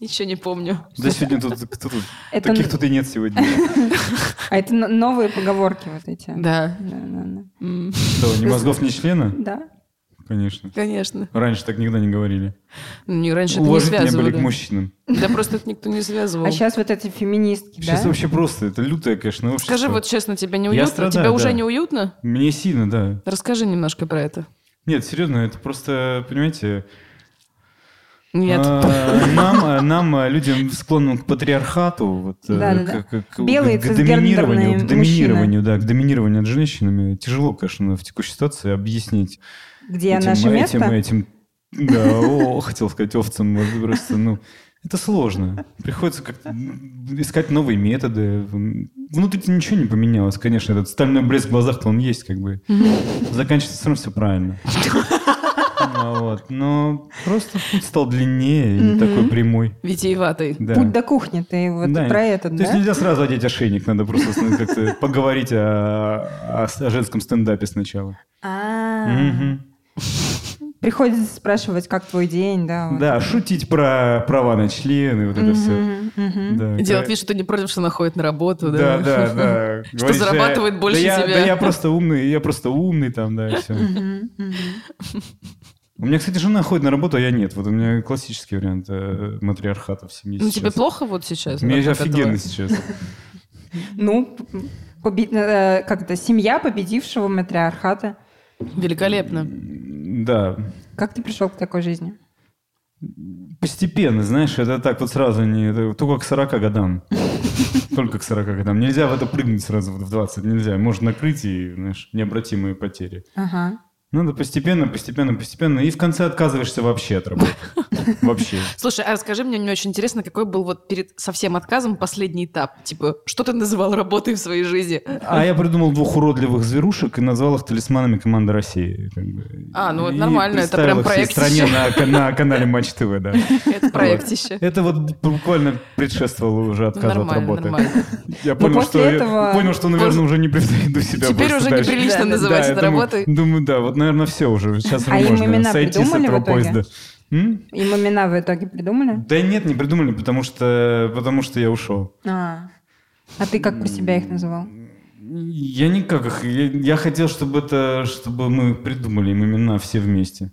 Speaker 3: Ничего не помню.
Speaker 5: Да сегодня тут, кто тут-
Speaker 4: Это-
Speaker 5: таких тут и нет сегодня.
Speaker 4: А это но- новые поговорки вот эти.
Speaker 3: Да.
Speaker 4: Да, да, да.
Speaker 5: Что, ни мозгов, ни члена?
Speaker 4: Да.
Speaker 5: Конечно.
Speaker 3: Конечно. Ну,
Speaker 5: Раньше так никогда не говорили.
Speaker 3: Не, раньше это не
Speaker 5: Уважительнее были
Speaker 3: связывали.
Speaker 5: к мужчинам.
Speaker 3: Да просто это никто не связывал.
Speaker 4: А сейчас вот эти феминистки,
Speaker 5: Сейчас
Speaker 4: да?
Speaker 5: вообще просто, это лютое, конечно, общество.
Speaker 3: Скажи вот честно, тебе не уютно?
Speaker 5: страдаю,
Speaker 3: тебе уже
Speaker 5: да.
Speaker 3: не уютно?
Speaker 5: Мне сильно, да.
Speaker 3: Расскажи немножко про это.
Speaker 5: Нет, серьезно, это просто, понимаете,
Speaker 3: Нет.
Speaker 5: а, нам, а, нам, а, людям, склонным к патриархату, вот, э,
Speaker 4: Да-да-да.
Speaker 5: к- к- к-
Speaker 4: Белые
Speaker 5: к доминированию,
Speaker 4: цисгендерные
Speaker 5: к доминированию, да, к доминированию над женщинами, тяжело, конечно, в текущей ситуации объяснить
Speaker 4: Где
Speaker 5: этим,
Speaker 4: наше
Speaker 5: этим,
Speaker 4: место?
Speaker 5: этим, да, о, хотел сказать овцам, вот просто, ну, это сложно. Приходится как-то искать новые методы. Внутри ничего не поменялось, конечно, этот стальной блеск в глазах-то он есть, как бы. Заканчивается все равно все правильно. А вот, но просто путь стал длиннее и не такой прямой.
Speaker 3: Витиеватый.
Speaker 5: Да.
Speaker 4: Путь до кухни, ты вот
Speaker 5: Да,
Speaker 4: про это,
Speaker 5: То
Speaker 4: да?
Speaker 5: есть нельзя сразу одеть ошейник, надо просто с- как-то поговорить о, о с- о женском стендапе сначала.
Speaker 4: А,
Speaker 5: Мгм.
Speaker 4: Приходится спрашивать, как твой день, да? вот.
Speaker 5: Да, шутить про права на члены, вот это все.
Speaker 4: Мгм, мгм.
Speaker 3: Делать вид, что ты не против, что она ходит на работу.
Speaker 5: Да, да, да. Говорить, я-
Speaker 3: зарабатывает
Speaker 5: да
Speaker 3: больше
Speaker 5: я-
Speaker 3: тебя.
Speaker 5: Да я просто умный, я просто умный там, да, все. У меня, кстати, жена ходит на работу, а я нет. Вот у меня классический вариант э, матриархата в семье
Speaker 3: Ну,
Speaker 5: сейчас.
Speaker 3: тебе плохо вот сейчас?
Speaker 5: Мне
Speaker 3: вот от
Speaker 5: офигенно
Speaker 3: этого?
Speaker 5: сейчас.
Speaker 4: Ну, п- поби- э, как это, семья победившего матриархата.
Speaker 3: Великолепно.
Speaker 5: Да.
Speaker 4: Как ты пришел к такой жизни?
Speaker 5: Постепенно, знаешь, это так вот сразу не... это только к 40 годам. Только к 40 годам. Нельзя в это прыгнуть сразу вот в 20, нельзя. Можно накрыть и, знаешь, необратимые потери.
Speaker 4: Ага.
Speaker 5: Надо Ну, постепенно, постепенно, постепенно. И в конце отказываешься вообще от работы. Вообще.
Speaker 3: Слушай, а расскажи мне, мне очень интересно, какой был вот перед совсем отказом последний этап? Типа, что ты называл работой в своей жизни?
Speaker 5: А я придумал двух уродливых зверушек и назвал их талисманами команды России. как бы.
Speaker 3: А, ну вот
Speaker 5: И
Speaker 3: нормально, это
Speaker 5: представил
Speaker 3: прям
Speaker 5: их всей
Speaker 3: проект
Speaker 5: стране на, кан- на канале Матч ТВ, да.
Speaker 3: Это проектище.
Speaker 5: Это вот буквально предшествовало уже
Speaker 3: Ну,
Speaker 5: отказу от
Speaker 3: нормально,
Speaker 5: работы.
Speaker 3: нормально. Ну,
Speaker 5: Я понял,
Speaker 4: после
Speaker 5: что, я
Speaker 4: этого-
Speaker 5: понял, что, наверное, уже не превзойду себя.
Speaker 3: Теперь
Speaker 5: просто
Speaker 3: уже
Speaker 5: дальше.
Speaker 3: неприлично
Speaker 5: Да,
Speaker 3: называть
Speaker 5: я
Speaker 3: это
Speaker 5: думаю-
Speaker 3: работой.
Speaker 5: Думаю, да, вот, наверное, все уже. Сейчас
Speaker 4: А
Speaker 5: уже
Speaker 4: им
Speaker 5: можно
Speaker 4: имена
Speaker 5: сойти с
Speaker 4: придумали
Speaker 5: этого
Speaker 4: в итоге?
Speaker 5: поезда. М?
Speaker 4: Им имена в итоге придумали?
Speaker 5: Да нет, не придумали, потому что, потому что я ушел.
Speaker 4: А. А ты как про себя их называл?
Speaker 5: ну Я никак их. Я, я хотел, чтобы это, чтобы мы придумали им имена все вместе.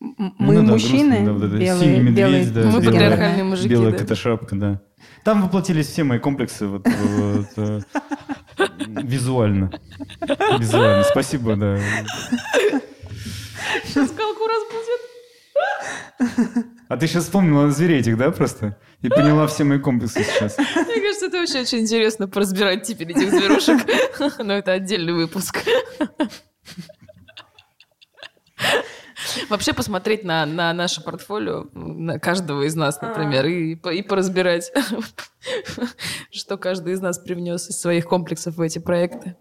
Speaker 4: М-
Speaker 5: Ну
Speaker 4: Мы
Speaker 5: да, да,
Speaker 4: мужчины,
Speaker 5: грустно, да, вот это
Speaker 4: белые,
Speaker 5: синий медведь,
Speaker 4: белые,
Speaker 5: да,
Speaker 3: Мы
Speaker 5: белые.
Speaker 3: патриархальные мужики.
Speaker 5: Белая
Speaker 3: да.
Speaker 5: котошапка, да. Там воплотились все мои комплексы вот, вот, э, визуально. Визуально. Спасибо, да.
Speaker 3: Сейчас скалку разбудит.
Speaker 5: А ты сейчас вспомнила зверей этих, да, просто? И поняла все мои комплексы сейчас.
Speaker 3: Мне кажется, это вообще очень интересно поразбирать теперь этих зверушек. Но это отдельный выпуск. Вообще посмотреть на, на наше портфолио, на каждого из нас, например, и, по- и поразбирать, что каждый из нас привнес из своих комплексов в эти проекты.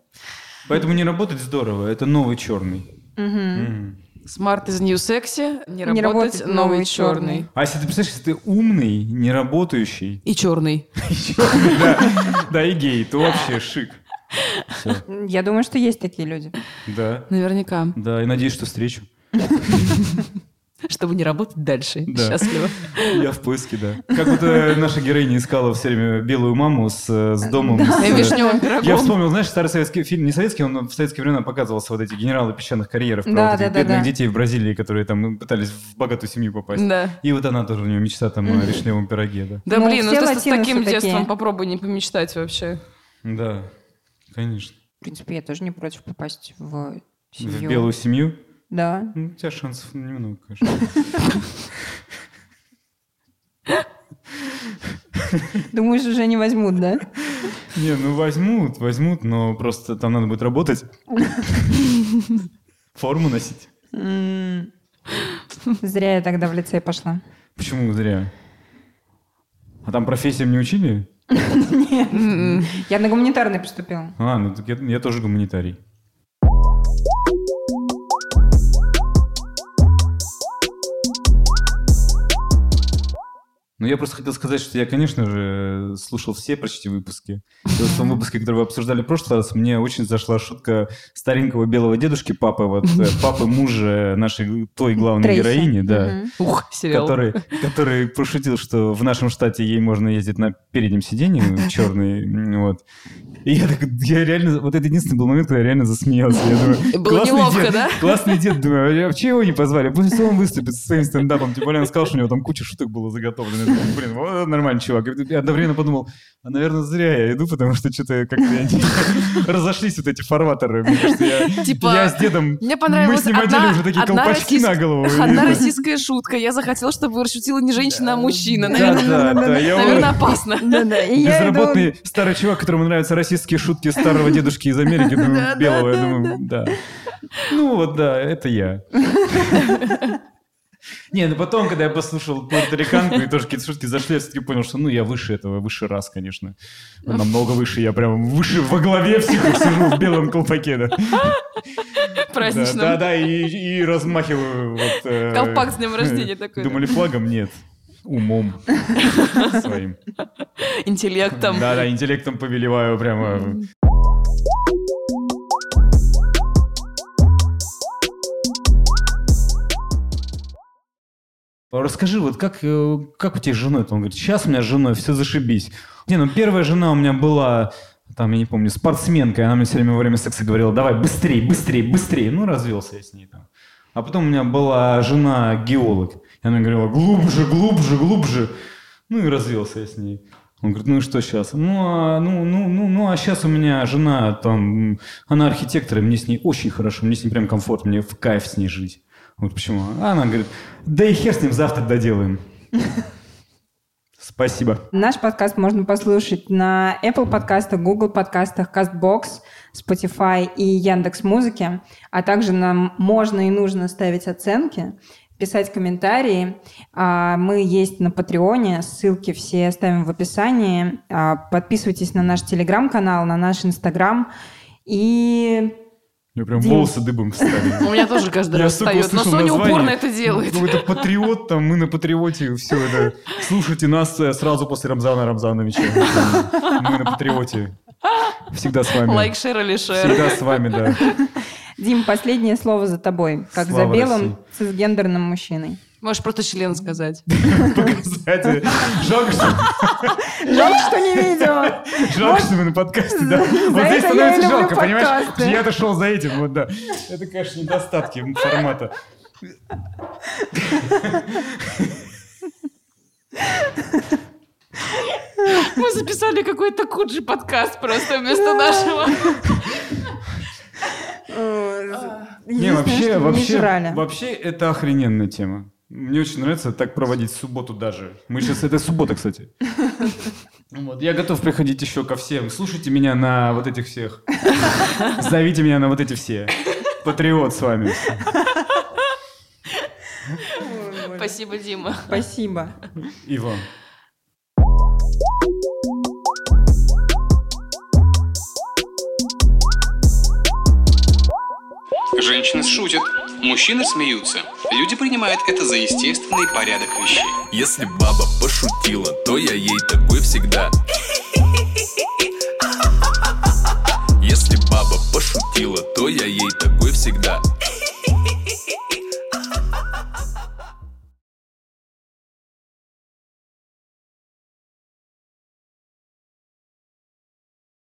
Speaker 5: Поэтому не работать здорово. Это новый черный.
Speaker 3: Smart is new sexy, не, работать,
Speaker 4: работать,
Speaker 3: новый
Speaker 4: новый
Speaker 3: черный.
Speaker 4: чёрный.
Speaker 5: А если ты представляешь, если ты умный, не работающий,
Speaker 3: И черный.
Speaker 5: да и гей, то вообще шик. Все.
Speaker 4: Я думаю, что есть такие люди.
Speaker 5: Да.
Speaker 3: Наверняка.
Speaker 5: Да, и надеюсь, что встречу.
Speaker 3: Чтобы не работать дальше.
Speaker 5: Да.
Speaker 3: Счастливо.
Speaker 5: Я в поиске, да. Как будто наша героиня искала все время белую маму с, э, с домом. с,
Speaker 3: И
Speaker 5: э,
Speaker 3: вишневым
Speaker 5: Я
Speaker 3: пирогом.
Speaker 5: вспомнил, знаешь, старый советский фильм, не советский, он в советские времена показывался вот эти генералы песчаных карьеров, про
Speaker 4: Да,
Speaker 5: вот
Speaker 4: да,
Speaker 5: этих
Speaker 4: да,
Speaker 5: бедных
Speaker 4: да.
Speaker 5: детей в Бразилии, которые там пытались в богатую семью попасть.
Speaker 3: Да.
Speaker 5: И вот она тоже, у нее мечта там о вишневом пироге, да.
Speaker 3: Да
Speaker 4: Ну,
Speaker 3: блин, ну
Speaker 4: все
Speaker 3: ты с- с
Speaker 4: латиносы
Speaker 3: таким
Speaker 4: такие.
Speaker 3: детством попробуй не помечтать вообще.
Speaker 5: Да, конечно.
Speaker 4: В принципе, я тоже не против попасть в семью.
Speaker 5: В белую семью.
Speaker 4: Да.
Speaker 5: Ну, у тебя шансов немного, конечно.
Speaker 4: Думаешь, уже не возьмут, да?
Speaker 5: Не, ну возьмут, возьмут, но просто там надо будет работать. Форму носить.
Speaker 4: М. Зря я тогда в лицей пошла.
Speaker 5: Почему зря? А там профессиям не учили?
Speaker 4: Я на гуманитарный поступила.
Speaker 5: А, ну так я, я тоже гуманитарий. Ну, я просто хотел сказать, что я, конечно же, слушал все почти выпуски. И вот в том выпуске, который вы обсуждали в прошлый раз, мне очень зашла шутка старенького белого дедушки папы, вот э, папы мужа нашей той главной
Speaker 4: Трейси.
Speaker 5: героини, да,
Speaker 4: Мгм.
Speaker 3: Ух, сериал.
Speaker 5: который, который пошутил, что в нашем штате ей можно ездить на переднем сиденье, черный, м, вот. И я так, я реально, вот это единственный был момент, когда я реально засмеялся. Я думаю,
Speaker 3: Было
Speaker 5: «Классный
Speaker 3: неловко,
Speaker 5: дед,
Speaker 3: да?
Speaker 5: Классный дед, думаю, а я- вообще его не позвали, пусть он выступит со своим стендапом. Тем более он сказал, что у него там куча шуток было заготовлено. Я думаю, Блин, вот нормальный чувак. И Я одновременно подумал, а, наверное, зря я иду, потому что что-то как-то я не- разошлись вот эти фарватеры. Мне кажется, я-
Speaker 3: Типа,
Speaker 5: Я с дедом...
Speaker 3: Мне понравилась
Speaker 5: Мы с ним одели
Speaker 3: одна,
Speaker 5: уже такие
Speaker 3: одна
Speaker 5: колпачки
Speaker 3: российск-
Speaker 5: на голову.
Speaker 3: Одна
Speaker 5: И-
Speaker 3: российская шутка. Я захотела, чтобы шутила не женщина, а мужчина.
Speaker 5: Да,
Speaker 3: Наверное,
Speaker 5: да, да, я
Speaker 3: наверное, опасно.
Speaker 4: Да-да, и я иду-
Speaker 5: Безработный старый чувак, которому нравятся российские шутки старого дедушки из Америки, думаю, белого, я думаю, да. Ну вот, да, это я. Не, ну потом, когда я послушал Пуэрториканку, и тоже какие-то шутки зашли, я все-таки понял, что ну я выше этого, выше раз, конечно. Намного выше, я прям выше во главе всех и сижу в белом колпаке. да. Да,
Speaker 3: Праздничным.
Speaker 5: да, да, и, и размахиваю вот... э,
Speaker 3: Колпак с днем рождения такой, да.
Speaker 5: Думали, флагом? Нет. Умом своим.
Speaker 3: Интеллектом.
Speaker 5: Да, да, интеллектом повелеваю прямо. Расскажи, вот как, э, как у тебя с женой? Он говорит, сейчас у меня с женой все зашибись. Не, ну первая жена у меня была, там, я не помню, спортсменка, и она мне все время во время секса говорила, давай быстрее, быстрее, быстрее. Ну, развелся я с ней там. А потом у меня была жена геолог. И она говорила, глубже, глубже, глубже. Ну и развелся я с ней. Он говорит, ну и что сейчас? Ну, а, ну, ну, ну, ну, а сейчас у меня жена там, м, она архитектор, и мне с ней очень хорошо, мне с ней прям комфорт, мне в кайф с ней жить. Вот почему. А она говорит, да и хер с ним, завтра доделаем. Спасибо.
Speaker 4: Наш подкаст можно послушать на Apple подкастах, Google подкастах, CastBox, Spotify и Яндекс Музыке. А также нам можно и нужно ставить оценки, писать комментарии. А, Мы есть на Патреоне, ссылки все оставим в описании. А, Подписывайтесь на наш Телеграм-канал, на наш Инстаграм. И
Speaker 5: У меня прям
Speaker 4: Дим.
Speaker 5: волосы дыбом встали.
Speaker 3: У меня тоже каждый
Speaker 5: Я,
Speaker 3: раз
Speaker 5: сука,
Speaker 3: встает. Но
Speaker 5: услышал
Speaker 3: Соня
Speaker 5: название. Ну,
Speaker 3: упорно это делает.
Speaker 5: Какой-то патриот там, мы на патриоте, все это. Слушайте нас э, сразу после Рамзана Рамзановича. Мы на патриоте. Всегда с вами.
Speaker 3: Лайк, шер или шер.
Speaker 5: Всегда с вами, да.
Speaker 4: Дим, последнее слово за тобой, как
Speaker 5: Слава
Speaker 4: за белым
Speaker 5: России.
Speaker 4: цисгендерным мужчиной.
Speaker 3: Можешь просто член сказать.
Speaker 5: Показать. Жалко, что
Speaker 4: Жалко, что не видео.
Speaker 5: Жалко, что мы на подкасте, да? Вот
Speaker 4: это
Speaker 5: здесь
Speaker 4: я
Speaker 5: становится
Speaker 4: и люблю
Speaker 5: жалко, понимаешь?
Speaker 4: подкасты.
Speaker 5: Я дошел за этим, вот да. Это, конечно, недостатки формата.
Speaker 3: Мы записали какой-то куджи подкаст просто вместо нашего.
Speaker 5: Не,
Speaker 4: Не,
Speaker 5: вообще,
Speaker 4: Не жрали.
Speaker 5: вообще, вообще, это охрененная тема. Мне очень нравится так проводить субботу даже. Мы сейчас, это суббота, кстати. Ну Вот, я готов приходить еще ко всем. Слушайте меня на вот этих всех. Зовите меня на вот эти все. Патриот с вами.
Speaker 3: Спасибо, Дима.
Speaker 4: Спасибо.
Speaker 5: И вам.
Speaker 1: Женщины шутят, мужчины смеются. Люди принимают это за естественный порядок вещей.
Speaker 2: Если баба пошутила, то я ей такой всегда